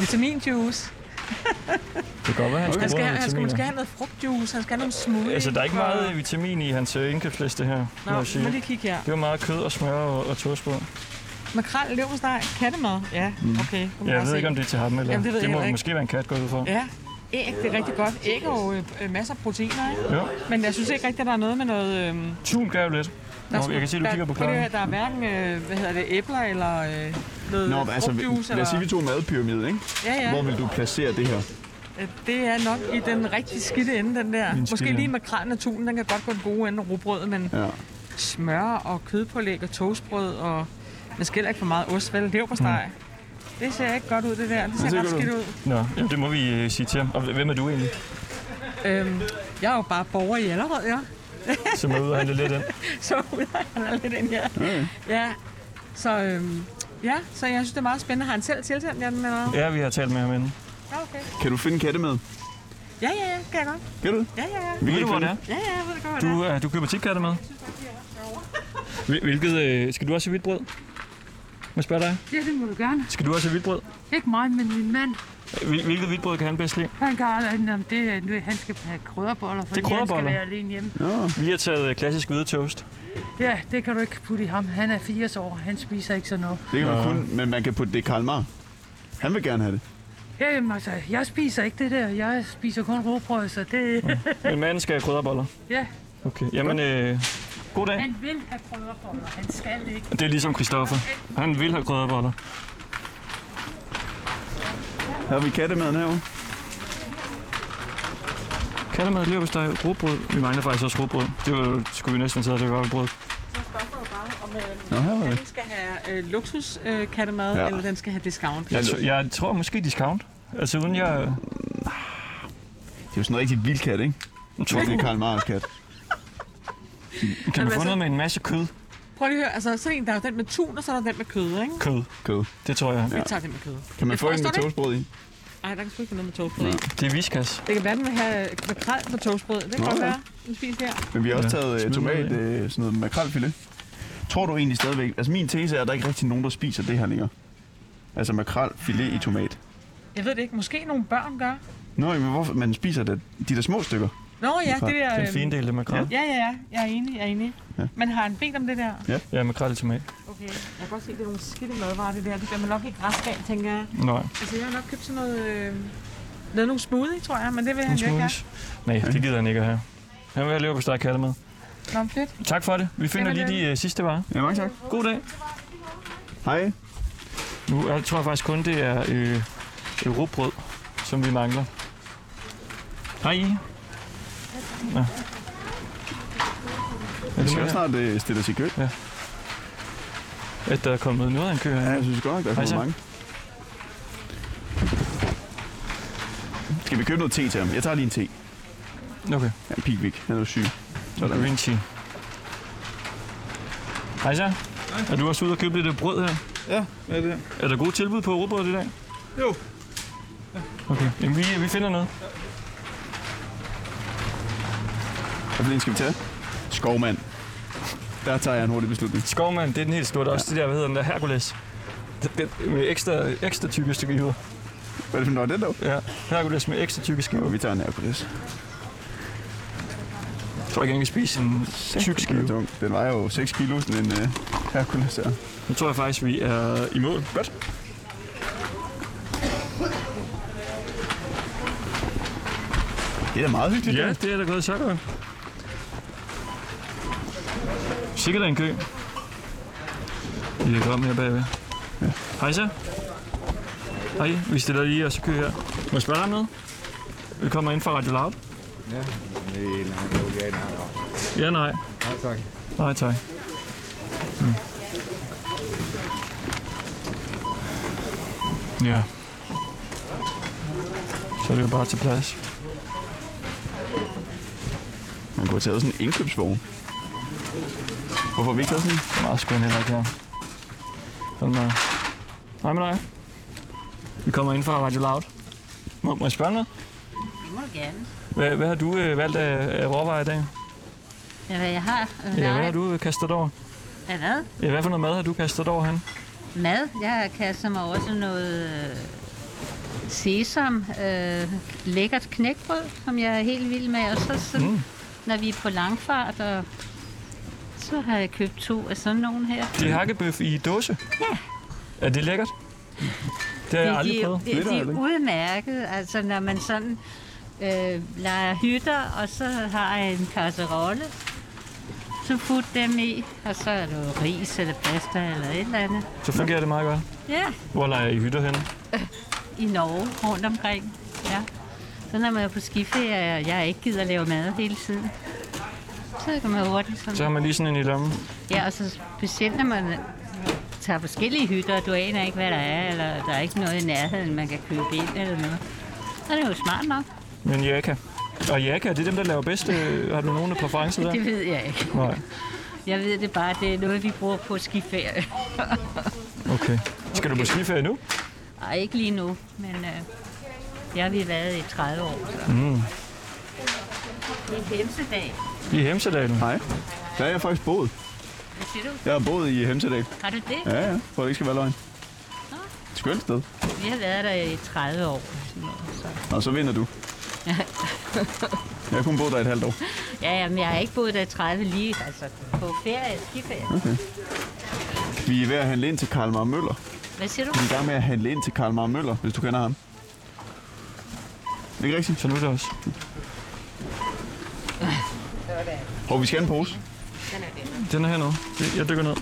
[SPEAKER 9] vitaminjuice.
[SPEAKER 1] Det kan godt være, han skal,
[SPEAKER 9] Han skal,
[SPEAKER 1] bruge
[SPEAKER 9] have,
[SPEAKER 1] noget
[SPEAKER 9] han skal måske
[SPEAKER 1] vitaminer.
[SPEAKER 9] have noget frugtjuice, han skal have nogle smoothie.
[SPEAKER 1] Altså, der er ikke
[SPEAKER 9] og-
[SPEAKER 1] meget øh, vitamin i hans øh, indkøbsliste her,
[SPEAKER 9] Nå,
[SPEAKER 1] må jeg sige.
[SPEAKER 9] må lige kigge her. Mm.
[SPEAKER 1] Det var meget kød og smør og, og toastbrød.
[SPEAKER 9] Makrel, leverpostej, kattemad. Ja, okay. Nu må
[SPEAKER 1] Jeg
[SPEAKER 9] bare
[SPEAKER 1] ved
[SPEAKER 9] se.
[SPEAKER 1] ikke, om det er til ham, eller
[SPEAKER 9] Jamen, det ved
[SPEAKER 1] det
[SPEAKER 9] jeg
[SPEAKER 1] må
[SPEAKER 9] heller ikke.
[SPEAKER 1] måske være en kat gået ud fra.
[SPEAKER 9] Ja, æg, det er rigtig godt. Æg og øh, øh, masser af proteiner, ikke?
[SPEAKER 1] Jo.
[SPEAKER 9] Men jeg synes ikke rigtigt, at der er noget med noget... Øh, der
[SPEAKER 1] Tun gav lidt. Nå,
[SPEAKER 9] skulle-
[SPEAKER 1] jeg kan se, du
[SPEAKER 9] der,
[SPEAKER 1] kigger på
[SPEAKER 9] prøv lige at
[SPEAKER 1] klokken.
[SPEAKER 9] høre, Der er hverken, øh, hvad hedder det, æbler eller øh, noget
[SPEAKER 3] Nå, altså,
[SPEAKER 9] frugtjuice,
[SPEAKER 3] lad os sige, vi
[SPEAKER 9] eller...
[SPEAKER 3] tog madpyramide, ikke?
[SPEAKER 9] Ja, ja.
[SPEAKER 3] Hvor vil du placere det her?
[SPEAKER 9] Øh, Det er nok i den rigtig skidte ende, den der.
[SPEAKER 1] Den
[SPEAKER 9] Måske
[SPEAKER 1] skidte
[SPEAKER 9] lige
[SPEAKER 1] ende.
[SPEAKER 9] makralen og tulen, den kan godt gå den gode ende og rugbrød, men
[SPEAKER 3] Ja.
[SPEAKER 9] smør og kødpålæg og toastbrød og... Man skal heller ikke for meget ost, vel?
[SPEAKER 3] Mm.
[SPEAKER 9] Leverpostej. Det ser ikke godt ud, det der. Det ser,
[SPEAKER 3] ser
[SPEAKER 9] ret
[SPEAKER 3] godt
[SPEAKER 9] skidt ud.
[SPEAKER 1] Nå, jamen, det må vi øh, sige til ham. Og hvem er du egentlig?
[SPEAKER 9] Øhm, jeg er jo bare borger i Allerød, ja.
[SPEAKER 1] Så må ud og handle lidt ind.
[SPEAKER 9] Så han er lidt ind her. Ja, så, øhm, ja, så jeg synes, det er meget spændende. Har han selv tilsendt jer den eller hvad?
[SPEAKER 1] Ja, vi har talt med ham inden.
[SPEAKER 9] Ja, okay.
[SPEAKER 3] Kan du finde kattemad?
[SPEAKER 9] Ja, ja, ja, kan jeg godt.
[SPEAKER 3] Kan du det?
[SPEAKER 9] Ja, ja, ja.
[SPEAKER 3] Vi
[SPEAKER 1] Ved du,
[SPEAKER 3] ikke
[SPEAKER 1] hvor
[SPEAKER 3] finde
[SPEAKER 1] det er?
[SPEAKER 9] Ja, ja, jeg ved det godt, hvad det
[SPEAKER 1] Du, øh, du køber tit katte med. Hvil- Hvilket, øh, skal du også have hvidt brød? Må jeg spørge dig?
[SPEAKER 10] Ja, det må du gerne.
[SPEAKER 1] Skal du også have hvidt brød?
[SPEAKER 10] Ikke mig, men min mand.
[SPEAKER 1] Hvil- Hvilket hvidt brød kan han bedst lide?
[SPEAKER 10] Han, kan, han, om det, er nu, han skal have krydderboller, fordi han skal
[SPEAKER 1] krydderboller?
[SPEAKER 10] være alene hjemme.
[SPEAKER 1] Vi har taget øh, klassisk hvide toast.
[SPEAKER 10] Ja, det kan du ikke putte i ham. Han er 80 år. Han spiser ikke sådan noget.
[SPEAKER 3] Det kan man kun, men man kan putte det i Karl Marr. Han vil gerne have det.
[SPEAKER 10] Ja, jamen, altså, jeg spiser ikke det der. Jeg spiser kun råbrød, så det...
[SPEAKER 1] Min mand skal have krydderboller.
[SPEAKER 10] Ja,
[SPEAKER 1] Okay, jamen, øh, god dag.
[SPEAKER 10] han vil have krydderboller. Han skal ikke.
[SPEAKER 1] Det er ligesom Christoffer. Han vil have krydderboller.
[SPEAKER 3] Her har vi kattemaden herovre.
[SPEAKER 1] Kattemad, leverpostej, rugbrød. Vi mangler faktisk også rugbrød. Det var, skulle vi næsten tage, det var brød.
[SPEAKER 3] Nå, her var det.
[SPEAKER 9] øh, Den skal have øh, luksus øh, kattemad,
[SPEAKER 3] Ja.
[SPEAKER 9] ja. eller den skal have discount.
[SPEAKER 1] Jeg, tr- jeg tror måske discount. Altså uden jeg...
[SPEAKER 3] Det er jo sådan en rigtig vild kat, ikke? Jeg tror, det er Karl Marrs kat.
[SPEAKER 1] Kan man
[SPEAKER 9] altså-
[SPEAKER 1] få noget med en masse kød?
[SPEAKER 9] Prøv lige at høre, altså sådan en, der er jo den med tun, og så er der den med kød, ikke?
[SPEAKER 1] Kød.
[SPEAKER 3] Kød.
[SPEAKER 1] Det tror jeg.
[SPEAKER 9] Vi tager den med kød.
[SPEAKER 3] Kan man
[SPEAKER 9] Jeg
[SPEAKER 3] få en
[SPEAKER 9] forstår
[SPEAKER 3] med
[SPEAKER 9] det ikke.
[SPEAKER 3] toastbrød i?
[SPEAKER 9] Ej, der kan sgu ikke få noget med toastbrød. i.
[SPEAKER 1] Det er viskas.
[SPEAKER 9] Det kan være, den vil have makrel på toastbrød. Det kan
[SPEAKER 3] Nå,
[SPEAKER 9] godt
[SPEAKER 3] ja.
[SPEAKER 9] være. Den spiser her.
[SPEAKER 3] Men vi har også
[SPEAKER 1] Ja,
[SPEAKER 3] taget øh,
[SPEAKER 1] smid noget
[SPEAKER 3] tomat,
[SPEAKER 1] i.
[SPEAKER 3] øh, sådan noget makrelfilet. Tror du egentlig stadigvæk... Altså min tese er, at der er ikke rigtig nogen, der spiser det her længere. Altså makrelfilet i tomat.
[SPEAKER 9] Jeg ved det ikke. Måske nogle børn gør.
[SPEAKER 3] Nå, men hvorfor? Man spiser da de der små stykker.
[SPEAKER 9] Nå ja, det der...
[SPEAKER 1] Den
[SPEAKER 9] øhm,
[SPEAKER 1] fine del af makrel.
[SPEAKER 9] Ja, ja, ja. Jeg er enig, jeg er enig.
[SPEAKER 3] Ja.
[SPEAKER 9] Ja. Men har han bedt om det der?
[SPEAKER 1] Ja, makrel i tomat.
[SPEAKER 9] Okay. Jeg kan godt se, det er nogle skidte madvarer, det der. Det bliver man nok ikke rask af, tænker jeg.
[SPEAKER 1] Nej,
[SPEAKER 9] Altså, jeg har nok købt sådan noget... Øh, lavet nogle smoothie, tror jeg, men det vil han
[SPEAKER 1] en
[SPEAKER 9] jo ikke have.
[SPEAKER 1] smoothies. Nej, det gider han ikke at have. Han vil have lever på stærk kattemad.
[SPEAKER 9] Nå, men fedt.
[SPEAKER 1] Tak for det. Vi finder lige
[SPEAKER 9] Jamen,
[SPEAKER 1] de øh, sidste varer.
[SPEAKER 3] Ja, mange tak.
[SPEAKER 1] God dag.
[SPEAKER 3] Hej.
[SPEAKER 1] Nu er, tror jeg faktisk kun, det er øh, øh, råbrød, som vi mangler. Hej. Ja. Er
[SPEAKER 3] Vi
[SPEAKER 1] det
[SPEAKER 3] skal også
[SPEAKER 1] mere,
[SPEAKER 3] snart øh, stille os i kø.
[SPEAKER 1] at der er kommet noget af en kø her?
[SPEAKER 3] Ja, jeg synes godt nok, der er
[SPEAKER 1] Hej,
[SPEAKER 3] kommet
[SPEAKER 1] så.
[SPEAKER 3] mange. Skal vi købe noget te til ham? Jeg tager lige en te.
[SPEAKER 1] Okay,
[SPEAKER 3] Ja, Pigvik. Han er jo syg.
[SPEAKER 1] så er Vinci. Hej så. Er du også ude og købe lidt af brød her?
[SPEAKER 8] Ja, hvad er det her?
[SPEAKER 1] Er der gode tilbud på råbrød i dag?
[SPEAKER 8] Jo.
[SPEAKER 1] Okay, Jamen, vi, vi finder noget.
[SPEAKER 3] Hvad en skal vi tage? Skovmand. Der tager jeg en hurtig beslutning.
[SPEAKER 1] Skovmand, det er den helt store. Der er også det der, hvad hedder den der Hercules. Den, den med ekstra, ekstra tykke skiver.
[SPEAKER 3] Hvad er det for noget? Den dog?
[SPEAKER 1] Ja, Hercules med ekstra tykke skiver.
[SPEAKER 3] Jo, vi tager en Hercules.
[SPEAKER 1] Jeg tror ikke, jeg kan spise en tyk
[SPEAKER 3] Den er
[SPEAKER 1] skive.
[SPEAKER 3] tung. Den vejer jo 6 kilo, sådan en uh, Hercules der.
[SPEAKER 1] Nu tror jeg faktisk, vi er i mål. Godt.
[SPEAKER 3] Det er da meget hyggeligt.
[SPEAKER 1] Ja, det er da gået så godt. Sikkert er en kø. Vi er kommet her bagved. Ja. Hej så. Hej, vi stiller lige os i kø her. Må jeg spørge dig om noget? Vi kommer ind fra Radio Loud. Ja, nej. Ja, nej. Nej, tak. Nej, tak. Mm. Ja. Så er det jo bare til plads.
[SPEAKER 3] Man kunne have taget sådan en indkøbsvogn. Hvorfor har vi ikke taget sådan en?
[SPEAKER 1] Meget skøn heller ikke her. Sådan der. Hej med dig. Vi kommer ind fra Radio Loud. Må, må jeg spørge om noget?
[SPEAKER 10] Det må du gerne.
[SPEAKER 1] Hvad, hvad har du øh, valgt af, af råvarer i dag?
[SPEAKER 10] Ja, hvad jeg har.
[SPEAKER 1] Ja, hvad har du øh, kastet over?
[SPEAKER 10] Ja, hvad?
[SPEAKER 1] Ja, hvad for noget mad har du kastet over han?
[SPEAKER 10] Mad. Jeg kaster mig også noget øh, sesam, øh, lækkert knækbrød, som jeg er helt vild med. Og så, så mm. når vi er på langfart, og så har jeg købt to af sådan nogle her.
[SPEAKER 1] Det er hakkebøf i dåse. Ja. Er det lækkert? Det har jeg aldrig prøvet.
[SPEAKER 10] de, de, de er udmærket, altså når man sådan øh, leger hytter, og så har jeg en kasserolle, Så put dem i, og så er det jo ris eller pasta eller et eller andet.
[SPEAKER 1] Så fungerer det meget godt.
[SPEAKER 10] Ja,
[SPEAKER 1] Hvor leger I hytter henne?
[SPEAKER 10] i Norge rundt omkring. Ja. Så når man er på skiferie, og jeg ikke gider lave mad hele tiden, så kan man hurtigt sådan.
[SPEAKER 1] Så har man lige sådan en i lommen.
[SPEAKER 10] Ja, og så specielt når man tager forskellige hytter, og du aner ikke, hvad der er, eller der er ikke noget i nærheden, man kan købe ind eller noget. Så er det jo smart nok.
[SPEAKER 1] Men Jaka. Og Jaka, det er dem, der laver bedst. øh, Har du nogen præferencer der?
[SPEAKER 10] Det ved jeg ikke.
[SPEAKER 1] Nej,
[SPEAKER 10] Jeg ved det bare, det er noget, vi bruger på skiferie.
[SPEAKER 1] okay. Skal du på skiferie nu?
[SPEAKER 10] Ej, ikke lige nu, men øh, jeg har vi været i 30 år, så
[SPEAKER 1] Mm.
[SPEAKER 10] det er hemsedag.
[SPEAKER 1] I Hemsedalen?
[SPEAKER 3] Nej, der er jeg faktisk boet.
[SPEAKER 10] Hvad siger du?
[SPEAKER 3] Jeg har boet i Hemsedal.
[SPEAKER 10] Har du det?
[SPEAKER 3] Ja, ja, for det ikke skal være løgn. Skønt sted.
[SPEAKER 10] Vi har været der i 30 år. Sådan noget, så.
[SPEAKER 3] Og så vinder du. Jeg har kun boet der et halvt år.
[SPEAKER 10] ja, ja, men jeg har ikke boet der i 30 lige, altså på ferie, skiferie.
[SPEAKER 3] Okay. Vi er ved at handle ind til Karl Mar Møller.
[SPEAKER 10] Hvad siger du?
[SPEAKER 3] Vi er i gang med at handle ind til Karl Mar Møller, hvis du kender ham. Ikke rigtigt? Så
[SPEAKER 1] nu er det også.
[SPEAKER 3] Og vi skal have en pose.
[SPEAKER 1] Den er hernede. Jeg dykker ned.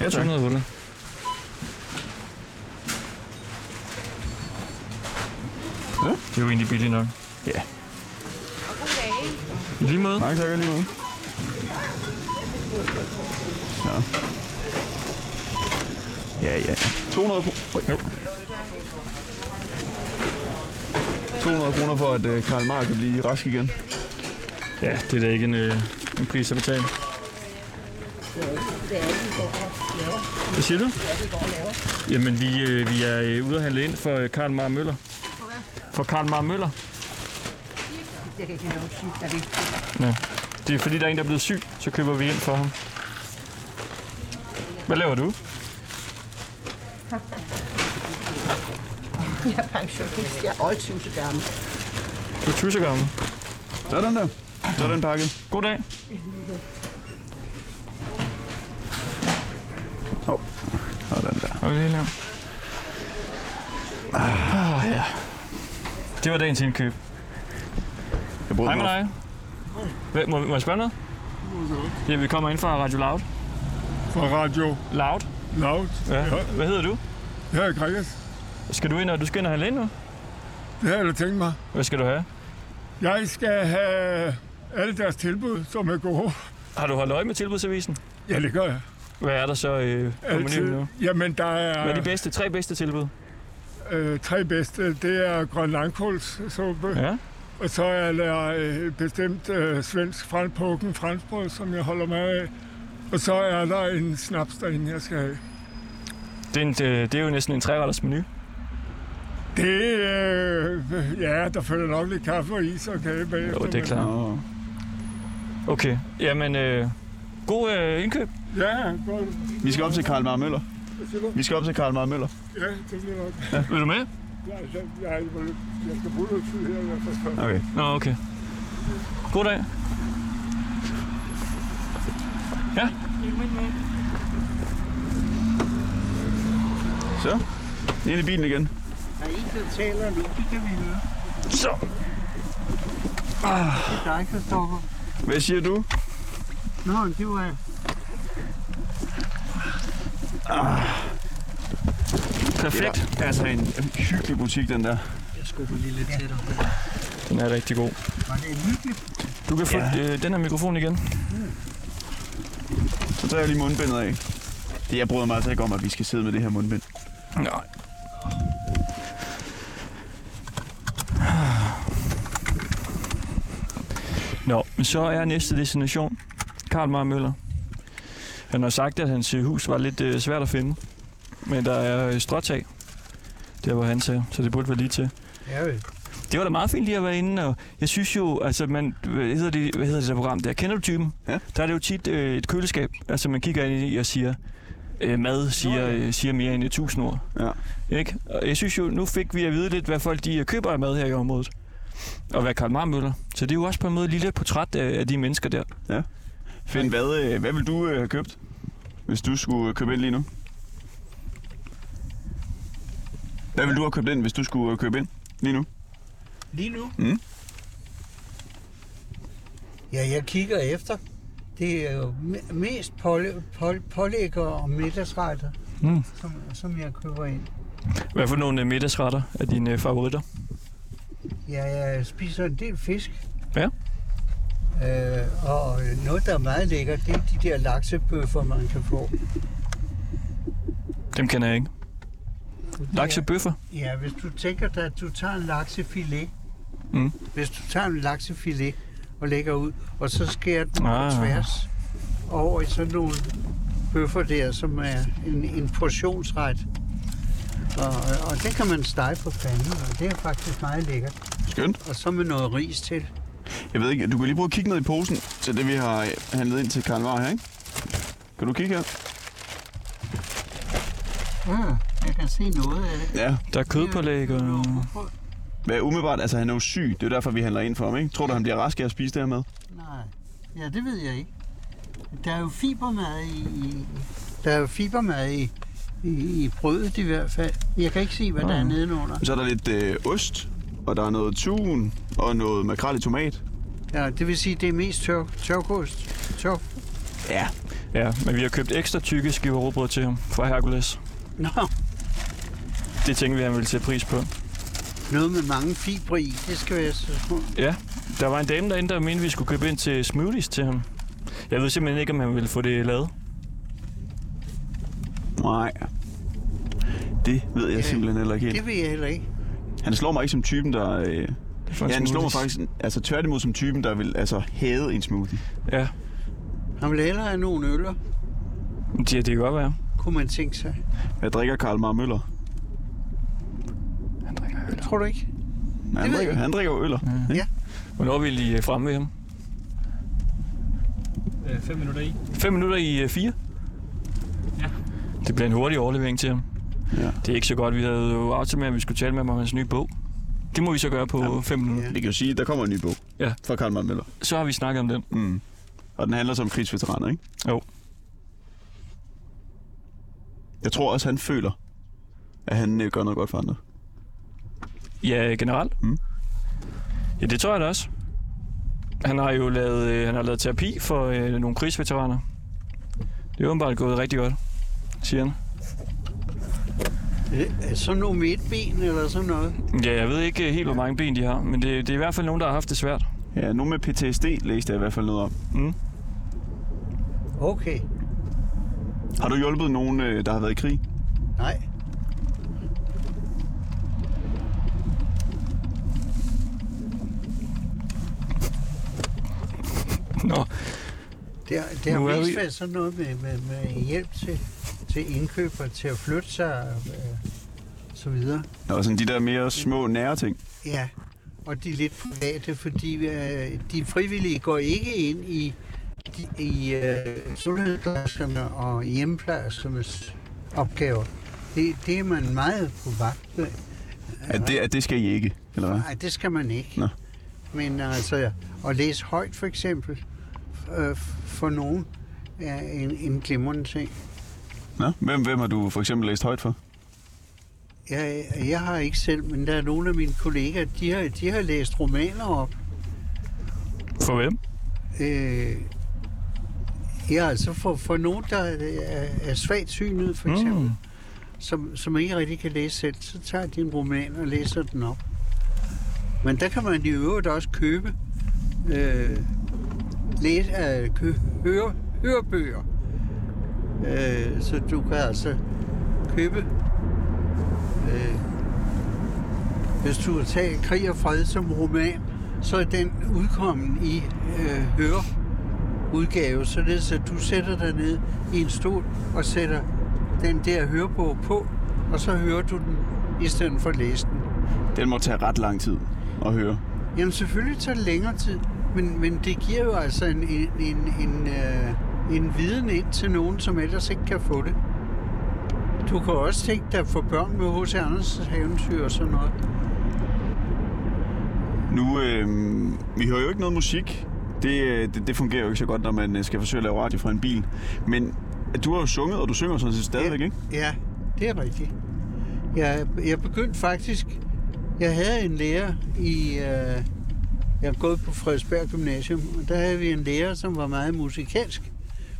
[SPEAKER 3] Ja, tak.
[SPEAKER 1] 208.
[SPEAKER 3] Ja.
[SPEAKER 1] Det er jo egentlig billigt nok.
[SPEAKER 3] Ja.
[SPEAKER 1] I lige måde.
[SPEAKER 3] Nej, tak lige måde. Ja. Ja, ja. 200 kroner. 200 kroner for, at øh, Karl Mark kan blive rask igen.
[SPEAKER 1] Ja, det er da ikke en, øh, en pris at betale. Hvad siger du? Jamen, vi, øh, vi er øh, ude at handle ind for øh, Karl Mar Møller. For Karl Mar Møller.
[SPEAKER 11] Jeg kan ikke lave sygt, der vil.
[SPEAKER 1] Ja. Det er fordi, der er en, der er blevet syg, så køber vi ind for ham. Hvad laver du?
[SPEAKER 11] Jeg er pensionist. Jeg er oldtuset gammel.
[SPEAKER 1] Du er tussegammel.
[SPEAKER 3] Sådan der. Sådan pakket.
[SPEAKER 1] God dag.
[SPEAKER 3] Sådan der.
[SPEAKER 1] Og lige lav. Ah, ja. Det var dagens indkøb.
[SPEAKER 3] Jeg
[SPEAKER 1] Hej med dig. Hvad, må, må jeg spørge noget? Ja, vi kommer ind fra Radio Loud.
[SPEAKER 12] Fra Radio?
[SPEAKER 1] Loud.
[SPEAKER 12] Loud.
[SPEAKER 1] Ja.
[SPEAKER 12] Ja.
[SPEAKER 1] Hvad hedder du?
[SPEAKER 12] Jeg hedder Gregers.
[SPEAKER 1] Skal du ind og, du skal ind og handle ind nu?
[SPEAKER 12] Det har jeg da tænkt mig.
[SPEAKER 1] Hvad skal du have?
[SPEAKER 12] Jeg skal have alle deres tilbud, som er gode.
[SPEAKER 1] Har du holdt øje med tilbudsavisen?
[SPEAKER 12] Ja, det gør jeg.
[SPEAKER 1] Hvad er der så øh, på menuen nu?
[SPEAKER 12] Jamen, der er...
[SPEAKER 1] Hvad er de bedste, tre bedste tilbud?
[SPEAKER 12] Øh, tre bedste. Det er grøn langkålssuppe.
[SPEAKER 1] Ja.
[SPEAKER 12] Og så er der øh, bestemt øh, svensk franpukken franskbrød, som jeg holder med af. Og så er der en snaps derinde, jeg skal have.
[SPEAKER 1] Det er, en, øh, det, det er jo næsten en treretters menu.
[SPEAKER 12] Det, øh, ja, der følger nok lidt kaffe og is og kage bagefter.
[SPEAKER 1] Jo, det er
[SPEAKER 12] men-
[SPEAKER 1] klart. Okay, jamen øh, god øh, indkøb.
[SPEAKER 12] Ja, godt.
[SPEAKER 3] Vi skal op til Karl Mar Møller. Vi skal op til Karl Mar Møller.
[SPEAKER 12] Ja, det bliver nok.
[SPEAKER 1] Ja. Vil du med? er
[SPEAKER 12] Jeg, jeg, jeg, jeg skal bruge noget tid her i hvert fald.
[SPEAKER 3] Okay.
[SPEAKER 1] Nå, okay. God dag. Ja.
[SPEAKER 3] Så. Ind i bilen igen.
[SPEAKER 4] Der er en, der taler nu, det kan vi høre.
[SPEAKER 1] Så.
[SPEAKER 4] Ah. Det er dig, Christoffer.
[SPEAKER 3] Hvad siger du?
[SPEAKER 4] Nå, men det var...
[SPEAKER 1] Perfekt.
[SPEAKER 3] Ja, Ah. altså en hyggelig butik, den der.
[SPEAKER 4] Jeg skubber lige lidt tættere.
[SPEAKER 1] Den er rigtig god.
[SPEAKER 4] Var det hyggeligt?
[SPEAKER 1] Du kan få ja. øh, den her mikrofon igen.
[SPEAKER 3] Så tager jeg lige mundbindet af. Det, jeg bryder mig altså ikke om, at vi skal sidde med det her mundbind.
[SPEAKER 1] Nej. Nå, men så er næste destination Karl Mar Møller. Han har sagt, at hans øh, hus var lidt øh, svært at finde. Men der er øh, stråtag, der hvor han sagde, så det burde være lige til.
[SPEAKER 4] Ja, vel.
[SPEAKER 1] Det var da meget fint lige at være inde, og jeg synes jo, altså man, hvad hedder det, hvad hedder det der program der? Kender du typen?
[SPEAKER 3] Ja.
[SPEAKER 1] Der er det jo tit øh, et køleskab, altså man kigger ind i og siger, øh, mad siger, øh, siger mere end et tusind ord. Ja. Ikke? Og jeg synes jo, nu fik vi at vide lidt, hvad folk de øh, køber af mad her i området. Og hvad Karl Marmøller. Så det er jo også på en måde et lille portræt af, af de mennesker der.
[SPEAKER 3] Ja. Finn, hvad, øh, hvad vil du øh, have købt, hvis du skulle øh, købe ind lige nu? Hvad ville du have købt ind, hvis du skulle øh, købe ind lige nu?
[SPEAKER 4] Lige nu?
[SPEAKER 3] Mm.
[SPEAKER 4] Ja, jeg kigger efter. Det er jo me- mest pålæ- pål- pålægger og middagsretter,
[SPEAKER 1] Mm.
[SPEAKER 4] som, som jeg køber ind.
[SPEAKER 1] Hvad for nogle øh, middagsretter er dine øh, favoritter?
[SPEAKER 4] Ja, jeg spiser en del fisk.
[SPEAKER 1] Ja.
[SPEAKER 4] Øh, og noget, der er meget lækkert, det er de der laksebøffer, man kan få.
[SPEAKER 1] Dem kender jeg ikke. Laksebøffer?
[SPEAKER 4] Ja, hvis du tænker dig, at du tager en laksefilet,
[SPEAKER 1] Mm.
[SPEAKER 4] hvis du tager en laksefilet og lægger ud, og så skærer den
[SPEAKER 1] Ah.
[SPEAKER 4] på tværs over i sådan nogle bøffer der, som er en, en portionsret. Og, og, og det kan man stege på panden, og det er faktisk meget lækkert.
[SPEAKER 3] Skønt.
[SPEAKER 4] Og så med noget ris til.
[SPEAKER 3] Jeg ved ikke, du kan lige prøve at kigge ned i posen til det, vi har øh, handlet ind til Karl Mar her, ikke? Kan du kigge her?
[SPEAKER 4] Mm, jeg kan se noget af det.
[SPEAKER 3] Ja.
[SPEAKER 1] Der er kødpålæg og...
[SPEAKER 3] Hvad umiddelbart, altså han er jo syg, det er jo derfor, vi handler ind for ham, ikke? Tror du, han bliver rask af at spise det her mad?
[SPEAKER 4] Nej, ja, det ved jeg ikke. Der er jo fibermad i... i- Der er jo fibermad i, i, i brødet i hvert fald. Jeg kan ikke se, hvad der er nedenunder.
[SPEAKER 3] Så er der lidt øh, ost, og der er noget tun, og noget makrel i tomat.
[SPEAKER 4] Ja, det vil sige, det er mest tør, tørkost. Tør.
[SPEAKER 3] Ja.
[SPEAKER 1] Ja, men vi har købt ekstra tykke skiver rugbrød til ham fra Hercules.
[SPEAKER 4] Nå,
[SPEAKER 1] Det tænkte vi, han ville sætte pris på.
[SPEAKER 4] noget med mange fibre i, det skal være så små.
[SPEAKER 1] Ja, der var en dame derinde, der mente, vi skulle købe ind til smoothies til ham. Jeg ved simpelthen ikke, om han ville få det lavet.
[SPEAKER 3] Nej. Det ved jeg simpelthen heller ikke helt.
[SPEAKER 4] Det ved jeg heller ikke.
[SPEAKER 3] Han slår mig ikke som typen, der... Øh...
[SPEAKER 1] for en
[SPEAKER 3] Ja, han slår mig
[SPEAKER 1] smoothies.
[SPEAKER 3] faktisk altså, tværtimod som typen, der vil altså, hade en smoothie.
[SPEAKER 1] Ja.
[SPEAKER 4] Han vil hellere have nogle øller,
[SPEAKER 1] Ja, det kan godt være.
[SPEAKER 4] kunne man tænke sig.
[SPEAKER 3] Hvad drikker Karl Mar Møller?
[SPEAKER 4] Tror du ikke?
[SPEAKER 3] Ja,
[SPEAKER 4] Det
[SPEAKER 3] han,
[SPEAKER 4] ved
[SPEAKER 3] drikker,
[SPEAKER 4] jeg. Mm.
[SPEAKER 3] han drikker jo øller.
[SPEAKER 4] Ja.
[SPEAKER 1] Hvornår er vi lige øh, fremme ved ham?
[SPEAKER 5] 5 minutter i.
[SPEAKER 1] 5 Øh, minutter i 4? Ja. Det bliver en hurtig overlevering til ham.
[SPEAKER 3] Ja.
[SPEAKER 1] Det er ikke så godt. Vi havde jo aftalt med, at vi skulle tale med ham om hans nye bog. Det må vi så gøre på 5 minutter.
[SPEAKER 3] Vi kan jo sige, at der kommer en ny bog
[SPEAKER 1] Ja.
[SPEAKER 3] fra Karl Mar Møller.
[SPEAKER 1] Så har vi snakket om den.
[SPEAKER 3] Mm. Og den handler så om krigsveteraner, ikke?
[SPEAKER 1] Jo.
[SPEAKER 3] Jeg tror også, han føler, at han øh, gør noget godt for andre.
[SPEAKER 1] Ja, generelt.
[SPEAKER 3] Mm.
[SPEAKER 1] Ja, det tror jeg da også. Han har jo lavet, øh, han har lavet terapi for øh, nogle krigsveteraner. Det er åbenbart gået rigtig godt, siger han.
[SPEAKER 4] Øh, Sådan nogle med et ben eller sådan noget.
[SPEAKER 1] Ja, jeg ved ikke øh, helt, hvor mange ben de har, men det, det er i hvert fald nogen, der har haft det svært.
[SPEAKER 3] Ja, nogen med PTSD læste jeg i hvert fald noget om.
[SPEAKER 1] Mm.
[SPEAKER 4] Okay,
[SPEAKER 3] Har du hjulpet nogen, øh, der har været i krig?
[SPEAKER 4] nej.
[SPEAKER 1] Nå.
[SPEAKER 4] Det, har- det har
[SPEAKER 1] Nu er
[SPEAKER 4] mest
[SPEAKER 1] vi-
[SPEAKER 4] været sådan noget med, med, med hjælp til, til indkøber, til at flytte sig og øh, så videre.
[SPEAKER 3] Nå, sådan de der mere små, nære ting.
[SPEAKER 4] Ja, og de er lidt private, fordi øh, de frivillige går ikke ind i, de, i øh, sundhedsplejerskerne og hjemmeplejerskernes opgaver. Det, det er man meget på vagt med.
[SPEAKER 3] At det, at det skal I ikke, eller hvad?
[SPEAKER 4] Nej, det skal man ikke.
[SPEAKER 3] Nå.
[SPEAKER 4] Men altså, at læse højt for eksempel, øh, for nogen, er en, en glimrende ting.
[SPEAKER 3] Nå, hvem, hvem har du for eksempel læst højt for?
[SPEAKER 4] Jeg, jeg har ikke selv, men der er nogle af mine kollegaer, de har, de har læst romaner op.
[SPEAKER 1] For hvem?
[SPEAKER 4] Øh, ja, altså for, for nogen, der er, er svagt synet, for eksempel, mm. som, som ikke rigtig kan læse selv, så tager de en roman og læser den op. Men der kan man i øvrigt også købe øh, læse, øh, kø, høre, hørebøger. Øh, så du kan altså købe... Øh, hvis du tager Krig og Fred som roman, så er den udkommen i øh, høre udgave, således at du sætter dig ned i en stol og sætter den der hørebog på, og så hører du den i stedet for at læse den.
[SPEAKER 3] Den må tage ret lang tid at høre.
[SPEAKER 4] Jamen selvfølgelig tager det længere tid, men, men det giver jo altså en, en, en, en, øh, en viden ind til nogen, som ellers ikke kan få det. Du kan også tænke dig at få børn med H.C. Andersens eventyr og sådan noget.
[SPEAKER 3] Nu, øh, vi hører jo ikke noget musik. Det, øh, det, det fungerer jo ikke så godt, når man øh, skal forsøge at lave radio fra en øh, bil. Men du har jo sunget, og du synger sådan set stadigvæk, ikke?
[SPEAKER 4] Ja, det er rigtigt. Jeg, jeg begyndte faktisk... Jeg havde en lærer i... Øh, jeg har gået på Frederiksberg Gymnasium, og der havde vi en lærer, som var meget musikalsk.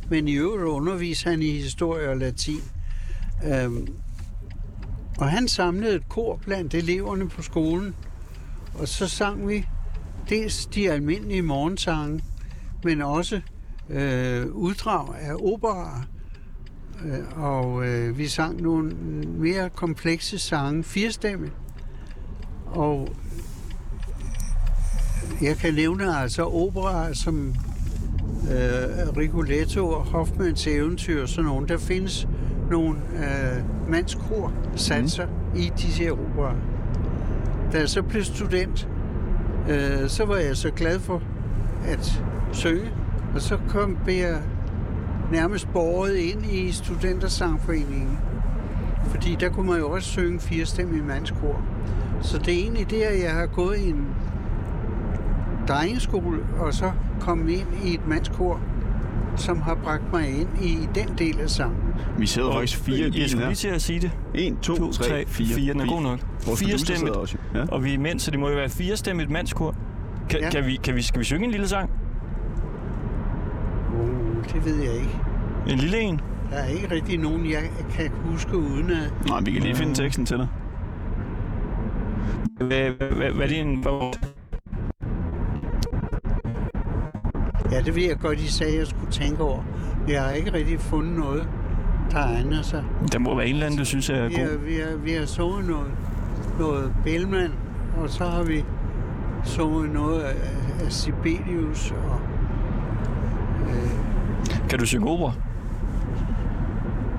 [SPEAKER 4] Men i øvrigt underviste han i historie og latin. Øhm, og han samlede et kor blandt eleverne på skolen, og så sang vi dels de almindelige morgensange, men også øh, uddrag af operaer. Øh, og øh, vi sang nogle mere komplekse sange, firestemme. Og jeg kan nævne altså operaer som øh, Rigoletto og Hoffmanns eventyr og sådan nogle. Der findes nogle øh, mandskor satser mm. i disse her operaer. Da jeg så blev student, øh, så var jeg så glad for at synge, og så kom blev jeg nærmest borget ind i Studentersangforeningen. Fordi der kunne man jo også synge firestemmig mandskor. Så det er egentlig der, jeg har gået i en drengeskole, og så kom ind i et mandskor, som har bragt mig ind i den del af sangen.
[SPEAKER 3] Vi sidder faktisk fire i
[SPEAKER 1] Jeg
[SPEAKER 3] bilen
[SPEAKER 1] skulle lige
[SPEAKER 3] her.
[SPEAKER 1] til at sige det.
[SPEAKER 3] 1, 2, 3, 4.
[SPEAKER 1] Fire, den er god nok.
[SPEAKER 3] Vores producer sidder
[SPEAKER 1] Firestemmigt.
[SPEAKER 3] også,
[SPEAKER 1] Ja. Og vi er mænd, så det må jo være firestemmigt mandskor. Kan,
[SPEAKER 4] Ja.
[SPEAKER 1] ja. kan, vi, kan vi, skal vi synge en lille sang?
[SPEAKER 4] Uh, det ved jeg ikke.
[SPEAKER 1] En lille en?
[SPEAKER 4] Der er ikke rigtig nogen, jeg kan huske uden at...
[SPEAKER 3] Nej, vi kan lige finde teksten til dig.
[SPEAKER 1] Hvad, hvad, hvad, hvad er det en...
[SPEAKER 4] Ja, det ved jeg godt, I sagde, jeg skulle tænke over. Men Jeg har ikke rigtig fundet noget, der egner sig.
[SPEAKER 1] Der må være en eller anden, du synes er
[SPEAKER 4] Vi har,
[SPEAKER 1] god.
[SPEAKER 4] vi har, vi har sunget noget, noget Bellman, og så har vi sunget noget af, af Sibelius. Og,
[SPEAKER 1] Kan du synge opera?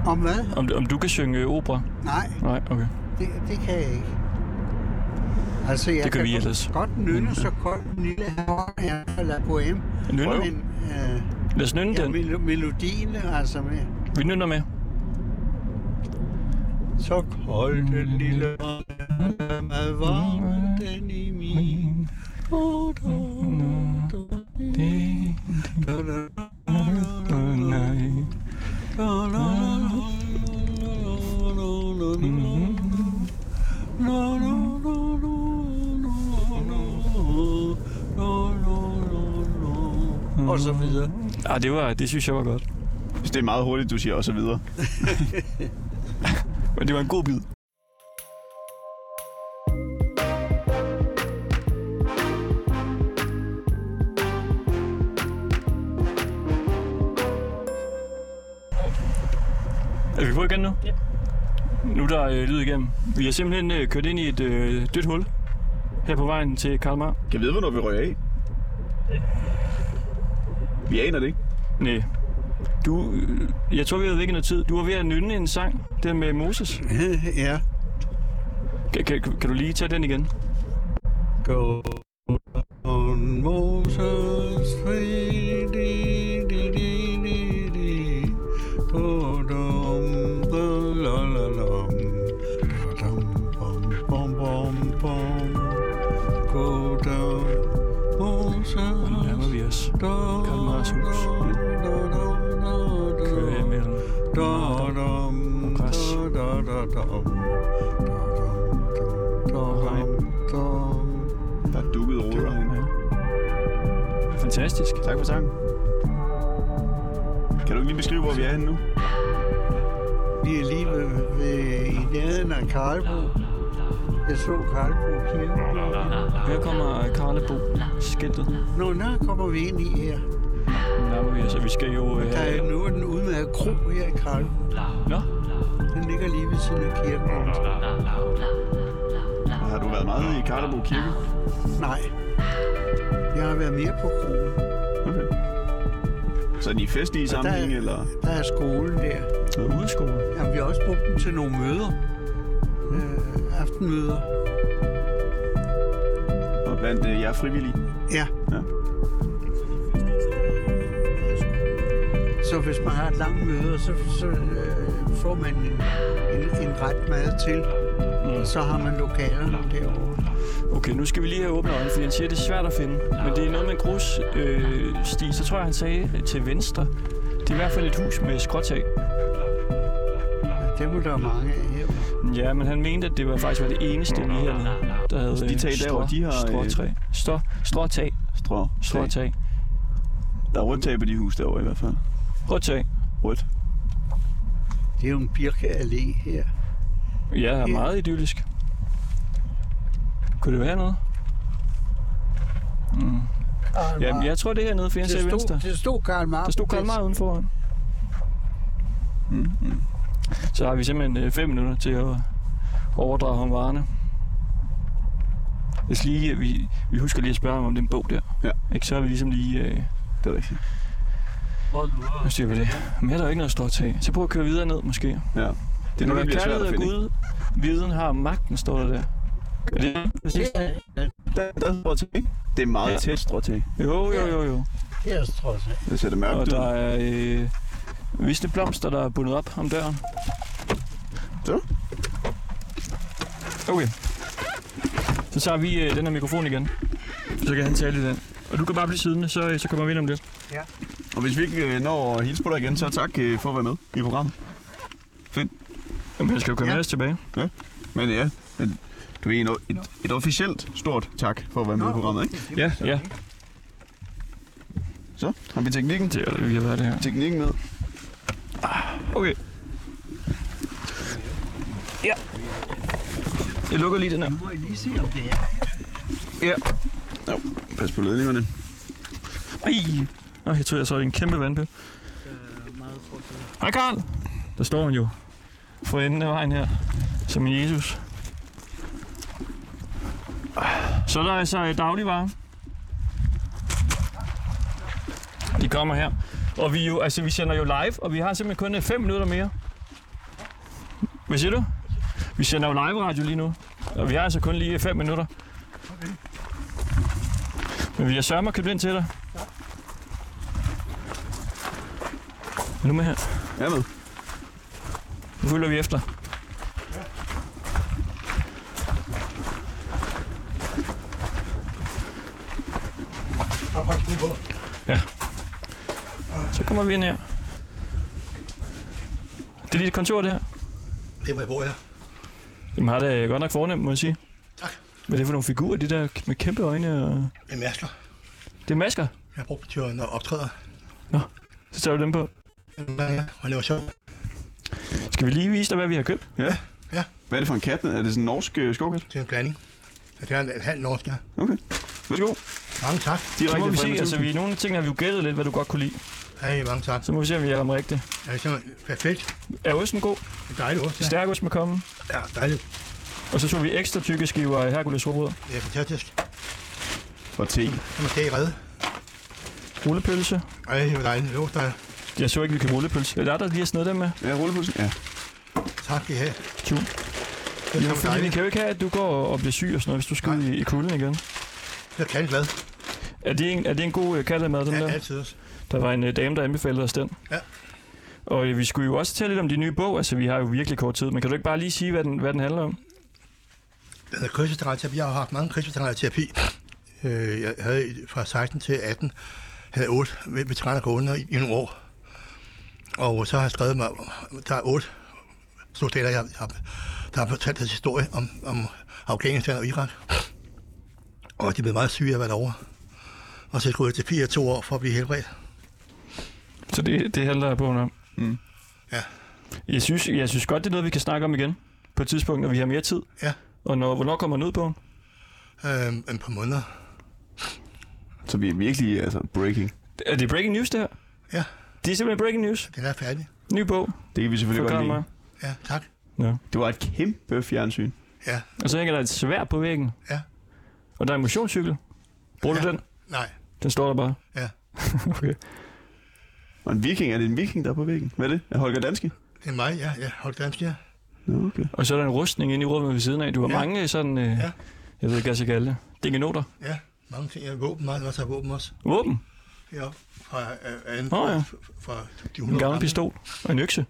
[SPEAKER 4] Om hvad?
[SPEAKER 1] Om, om du kan synge opera?
[SPEAKER 4] nej,
[SPEAKER 1] Nej, okay.
[SPEAKER 4] det, det kan jeg ikke. Altså, jeg
[SPEAKER 1] Det kan vi ellers.
[SPEAKER 4] godt nynne så godt en lille havn af La Bohème.
[SPEAKER 1] Nynne?
[SPEAKER 4] Men, øh,
[SPEAKER 1] Lad os nynne
[SPEAKER 4] ja,
[SPEAKER 1] den.
[SPEAKER 4] mel- melodien er altså med.
[SPEAKER 1] Vi nynner med.
[SPEAKER 4] Så kold den lille med varmen den i min. Oh, da, da, da, da,
[SPEAKER 1] er Mm-hmm.
[SPEAKER 4] Mm. Og så videre.
[SPEAKER 1] Ah, det, var, det synes jeg var godt.
[SPEAKER 3] Det er meget hurtigt, du siger og så videre.
[SPEAKER 1] Men det var en god bid. Er vi på igen nu? Ja. Nu er der øh, lyd igennem. Vi har simpelthen øh, kørt ind i et øh, dødt hul her på vejen til Karl Marr.
[SPEAKER 3] Kan vi vide, hvornår vi rører af? Vi aner det ikke.
[SPEAKER 1] Nej. Du, øh, jeg tror, vi havde vækket noget tid. Du var ved at nynne en sang, den med Moses.
[SPEAKER 4] ja.
[SPEAKER 1] Kan, kan, kan du lige tage den igen?
[SPEAKER 4] Go on Moses free, dee, dee, dee, dee, dee. Go dum, da, la, la, lum. Go dum, bum, bum, bum, bum. Go down, Moses. Og nu
[SPEAKER 1] nærmer vi os
[SPEAKER 4] Karl Mars hus. Kører
[SPEAKER 1] imellem
[SPEAKER 4] og græs.
[SPEAKER 3] Der er dukket ruder herinde.
[SPEAKER 1] Fantastisk.
[SPEAKER 3] Tak for sangen. Kan du ikke lige beskrive, hvor vi er henne nu?
[SPEAKER 4] Vi er lige ved, ved, i nærheden af Karlbro. Jeg så Karlbro Kirke.
[SPEAKER 1] Her kommer Karlebo skiltet.
[SPEAKER 4] Nå, der kommer vi ind i her.
[SPEAKER 1] Nærmer vi os, og vi skal jo... Øh,
[SPEAKER 4] Der er nu er den udmærket kro her i Karlbro.
[SPEAKER 1] Nå?
[SPEAKER 4] Den ligger lige ved siden af kirken.
[SPEAKER 3] Har du været meget i Karlebo Kirke?
[SPEAKER 4] Nej. Jeg har været mere på kroen.
[SPEAKER 3] Okay. Sådan i festlige sammenhæng, eller?
[SPEAKER 4] Der er skolen der.
[SPEAKER 1] Udskole?
[SPEAKER 4] Jamen, vi har også brugt den til nogle møder. Øh, aftenmøder.
[SPEAKER 3] Og blandt øh, jer frivillige?
[SPEAKER 4] Ja.
[SPEAKER 3] ja.
[SPEAKER 4] Så hvis man har et langt møde, så, så øh, får man en, en, en ret mad til.
[SPEAKER 1] Mm.
[SPEAKER 4] Så har man lokalerne derovre.
[SPEAKER 1] Okay, nu skal vi lige have åbne øjnene, fordi han siger, at det er svært at finde. Men det er noget med en grus, øh, sti. Så tror øh, jeg, han sagde til venstre. Det er i hvert fald et hus med skråtag.
[SPEAKER 4] Det var der mange af her.
[SPEAKER 1] Ja, men han mente, at det var faktisk var det eneste lige her, der havde
[SPEAKER 3] Så de tag
[SPEAKER 1] øh,
[SPEAKER 3] derovre, de har, øh,
[SPEAKER 1] stråtræ. Strå, stråtag.
[SPEAKER 3] Strå.
[SPEAKER 1] Stråtag.
[SPEAKER 3] Der er rødt tag på de hus derovre i hvert fald.
[SPEAKER 1] Rødt tag.
[SPEAKER 3] Rødt.
[SPEAKER 4] Det er jo en Birke Allé her.
[SPEAKER 1] Ja, meget idyllisk. Kunne det være noget? Mm. Jamen, jeg tror, det er hernede, for jeg
[SPEAKER 4] Det
[SPEAKER 1] ser
[SPEAKER 4] stod-
[SPEAKER 1] venstre.
[SPEAKER 4] Det stod Karl Marx.
[SPEAKER 1] Der stod Karl Marx udenfor. Mm-hmm. Så har vi simpelthen øh, fem minutter til at overdrage ham varerne. Hvis lige, øh, vi, vi husker lige at spørge ham om den bog der.
[SPEAKER 3] Ja.
[SPEAKER 1] Ikke, så er vi ligesom lige... Øh,
[SPEAKER 3] det er rigtigt.
[SPEAKER 1] Nu styrer vi det. Men her er der jo ikke noget stort tag. Så prøv at køre videre ned, måske.
[SPEAKER 3] Ja. Det
[SPEAKER 1] Det er
[SPEAKER 3] nu,
[SPEAKER 1] nu,
[SPEAKER 3] det
[SPEAKER 1] der
[SPEAKER 3] bliver svært
[SPEAKER 1] kærlighed
[SPEAKER 3] at
[SPEAKER 1] af
[SPEAKER 3] finde, ikke?
[SPEAKER 1] Gud. Viden har magten, står der der. Er det præcis?
[SPEAKER 4] Der,
[SPEAKER 3] der er stråtag, ikke? Det er meget
[SPEAKER 1] Ja.
[SPEAKER 3] tæt stråtag.
[SPEAKER 1] Jo, jo, jo, jo.
[SPEAKER 4] Her tror jeg.
[SPEAKER 3] Det ser det mørkt
[SPEAKER 1] Og
[SPEAKER 3] ud.
[SPEAKER 1] der er øh, visne blomster, der er bundet op om døren.
[SPEAKER 3] Så.
[SPEAKER 1] Okay. Så tager vi øh, den her mikrofon igen. Så kan han tale i den. Og du kan bare blive siddende, så, øh, så kommer vi ind om lidt.
[SPEAKER 4] Ja.
[SPEAKER 3] Og hvis vi ikke øh, når at hilse på dig igen, så tak øh, for at være med i programmet. Fint.
[SPEAKER 1] Jamen, jeg skal jo komme med os tilbage.
[SPEAKER 3] Ja, men ja. Men, du er en, o- et, et officielt stort tak for at være med i programmet, ikke?
[SPEAKER 1] Ja. ja.
[SPEAKER 3] Så har vi teknikken.
[SPEAKER 1] Det er, vi har været det her.
[SPEAKER 3] Teknikken med.
[SPEAKER 1] Okay. Ja. Jeg lukker lige den her.
[SPEAKER 4] må I lige se, om det er.
[SPEAKER 1] Ja.
[SPEAKER 3] Jo, pas på ledningerne.
[SPEAKER 1] Ej. Nå, jeg tror, jeg så en kæmpe vandpil. Hej, Karl. Der står han jo. For enden af vejen her. Som en Jesus. Så er der altså øh, dagligvarer. De kommer her. Og vi, er jo, altså, vi sender jo live, og vi har simpelthen kun 5 minutter mere. Hvad siger du? Vi sender jo live radio lige nu, og vi har altså kun lige 5 minutter. Men vi har sørget mig at købe ind til dig. Er du med her?
[SPEAKER 3] Jeg er med.
[SPEAKER 1] Nu følger vi efter. Ja. Så kommer vi ind her. Det er dit kontor, det her.
[SPEAKER 8] Det var, hvor jeg
[SPEAKER 1] Jamen har det godt nok fornemt, må jeg sige.
[SPEAKER 8] Tak.
[SPEAKER 1] Hvad er det for nogle figurer, de der med kæmpe øjne? Og...
[SPEAKER 8] er masker.
[SPEAKER 1] Det er masker.
[SPEAKER 8] Jeg har brugt til at optræde.
[SPEAKER 1] Så tager du dem på.
[SPEAKER 8] Og laver sjov.
[SPEAKER 1] Skal vi lige vise dig, hvad vi har købt?
[SPEAKER 3] Ja.
[SPEAKER 8] Ja.
[SPEAKER 3] Hvad er det for en kat? Er det sådan en norsk øh, skovkat?
[SPEAKER 8] Det er en blanding. Så det er en, en halv norsk, ja.
[SPEAKER 3] Okay. Værsgo.
[SPEAKER 8] Mange tak.
[SPEAKER 1] så må vi se, altså vi, nogle ting har vi jo gættet lidt, hvad du godt kunne lide.
[SPEAKER 8] Hey, mange tak.
[SPEAKER 1] Så må vi se, om vi er om rigtigt.
[SPEAKER 8] Ja, det er perfekt.
[SPEAKER 1] Er osten god?
[SPEAKER 8] Det er dejligt også, ja.
[SPEAKER 1] Stærk ost med kommen.
[SPEAKER 8] Ja, dejligt.
[SPEAKER 1] Og så tog vi ekstra tykke skiver af Hercules råbrød.
[SPEAKER 8] Det er fantastisk.
[SPEAKER 3] Og te.
[SPEAKER 8] Så man skal i redde.
[SPEAKER 1] Rullepølse.
[SPEAKER 8] Ej, det var dejligt. Det var dejligt.
[SPEAKER 1] Jeg så ikke, vi kan rullepølse. Eller er der lige at snede dem med?
[SPEAKER 3] Ja, rullepølse. Ja.
[SPEAKER 8] Tak, I have.
[SPEAKER 1] Tjum.
[SPEAKER 8] Det
[SPEAKER 1] Ja,
[SPEAKER 8] var
[SPEAKER 1] fordi vi
[SPEAKER 8] dejligt.
[SPEAKER 1] kan jo ikke have, at du går og bliver syg og sådan noget, hvis du skal ud i, i kulden igen.
[SPEAKER 8] Jeg kan glad.
[SPEAKER 1] Er det en, er det en god øh, kattemad, den
[SPEAKER 8] Ja,
[SPEAKER 1] der?
[SPEAKER 8] altid også.
[SPEAKER 1] Der var en øh, dame, der anbefalede os den.
[SPEAKER 8] Ja.
[SPEAKER 1] Og øh, vi skulle jo også tale lidt om de nye bog. Altså, vi har jo virkelig kort tid, men kan du ikke bare lige sige, hvad den, hvad den handler om?
[SPEAKER 8] Det hedder krydseterapi. Jeg har haft mange krydseterapi. Øh, jeg havde i- fra 16 til 18, havde 8 veteraner gående i i nogle år. Og så har jeg skrevet mig, der er 8 soldater, jeg har, der har fortalt deres historie om, om Afghanistan og Irak. Og de blev meget syge af at være derovre. Og så skulle jeg til 4 to år for at blive helbredt.
[SPEAKER 1] Så det, det handler bogen om. Mm.
[SPEAKER 8] Ja.
[SPEAKER 1] Jeg synes, jeg synes godt, det er noget, vi kan snakke om igen på et tidspunkt, når vi har mere tid.
[SPEAKER 8] Ja.
[SPEAKER 1] Og når, hvornår kommer den ud på?
[SPEAKER 8] Øhm, et par måneder.
[SPEAKER 3] Så vi er virkelig altså, breaking.
[SPEAKER 1] Er det breaking news, det her?
[SPEAKER 8] Ja.
[SPEAKER 1] Det er simpelthen breaking news.
[SPEAKER 8] Den er færdig.
[SPEAKER 1] Ny bog.
[SPEAKER 3] Det kan vi selvfølgelig
[SPEAKER 1] For
[SPEAKER 3] godt lide.
[SPEAKER 1] kamera.
[SPEAKER 8] Ja, tak.
[SPEAKER 1] Ja.
[SPEAKER 3] Det var et kæmpe fjernsyn.
[SPEAKER 8] Ja.
[SPEAKER 1] Og så hænger der et svær på væggen.
[SPEAKER 8] Ja.
[SPEAKER 1] Og der er en motionscykel. Bruger ja. du den?
[SPEAKER 8] Nej.
[SPEAKER 1] Den står der bare.
[SPEAKER 8] Ja.
[SPEAKER 1] okay.
[SPEAKER 3] Og en viking, er det en viking, der er på væggen? Hvad er det? Er Holger Danske?
[SPEAKER 8] Det er mig, ja. Jeg holdt dansk, ja.
[SPEAKER 3] Okay.
[SPEAKER 1] Og så er der en rustning inde i rummet ved siden af. Du har
[SPEAKER 8] Ja.
[SPEAKER 1] ja. mange sådan, øh, ja. jeg ved ikke, hvad jeg skal kalde det. Dingenoter.
[SPEAKER 8] Ja, mange ting. Jeg har våben, meget masser af våben også.
[SPEAKER 1] Våben.
[SPEAKER 8] Ja, fra, øh, anden,
[SPEAKER 1] Nå ja.
[SPEAKER 8] fra de 100
[SPEAKER 1] En gammel
[SPEAKER 8] gamle.
[SPEAKER 1] pistol. Og en økse.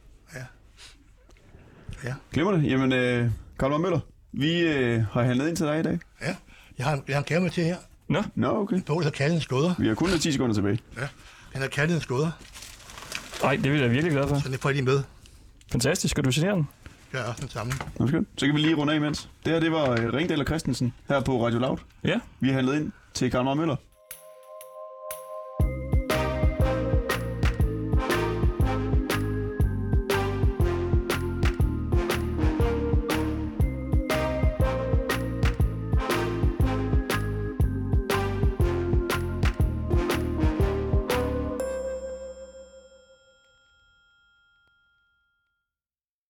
[SPEAKER 3] Glemmer det. Jamen, øh, Karl Mark Møller, vi øh, har handlet ind til dig i dag.
[SPEAKER 8] Ja, jeg har, en- jeg har en gave med til her.
[SPEAKER 1] Nå?
[SPEAKER 3] Nå, okay.
[SPEAKER 8] En bog, der kaldes Skåder.
[SPEAKER 3] Vi har kun 10 sekunder tilbage.
[SPEAKER 8] Ja, den er kaldet Skåder.
[SPEAKER 1] Nej, det er vi da virkelig glade for.
[SPEAKER 8] Så det får jeg lige med.
[SPEAKER 1] Fantastisk. Skal du signere den?
[SPEAKER 8] Jeg er også den samme.
[SPEAKER 3] Nå, skønt. Så kan vi lige runde af imens. Det her, det var øh, Ringdal og Christensen her på Radio Loud.
[SPEAKER 1] Ja.
[SPEAKER 3] Vi har handlet ind til Karl Møller.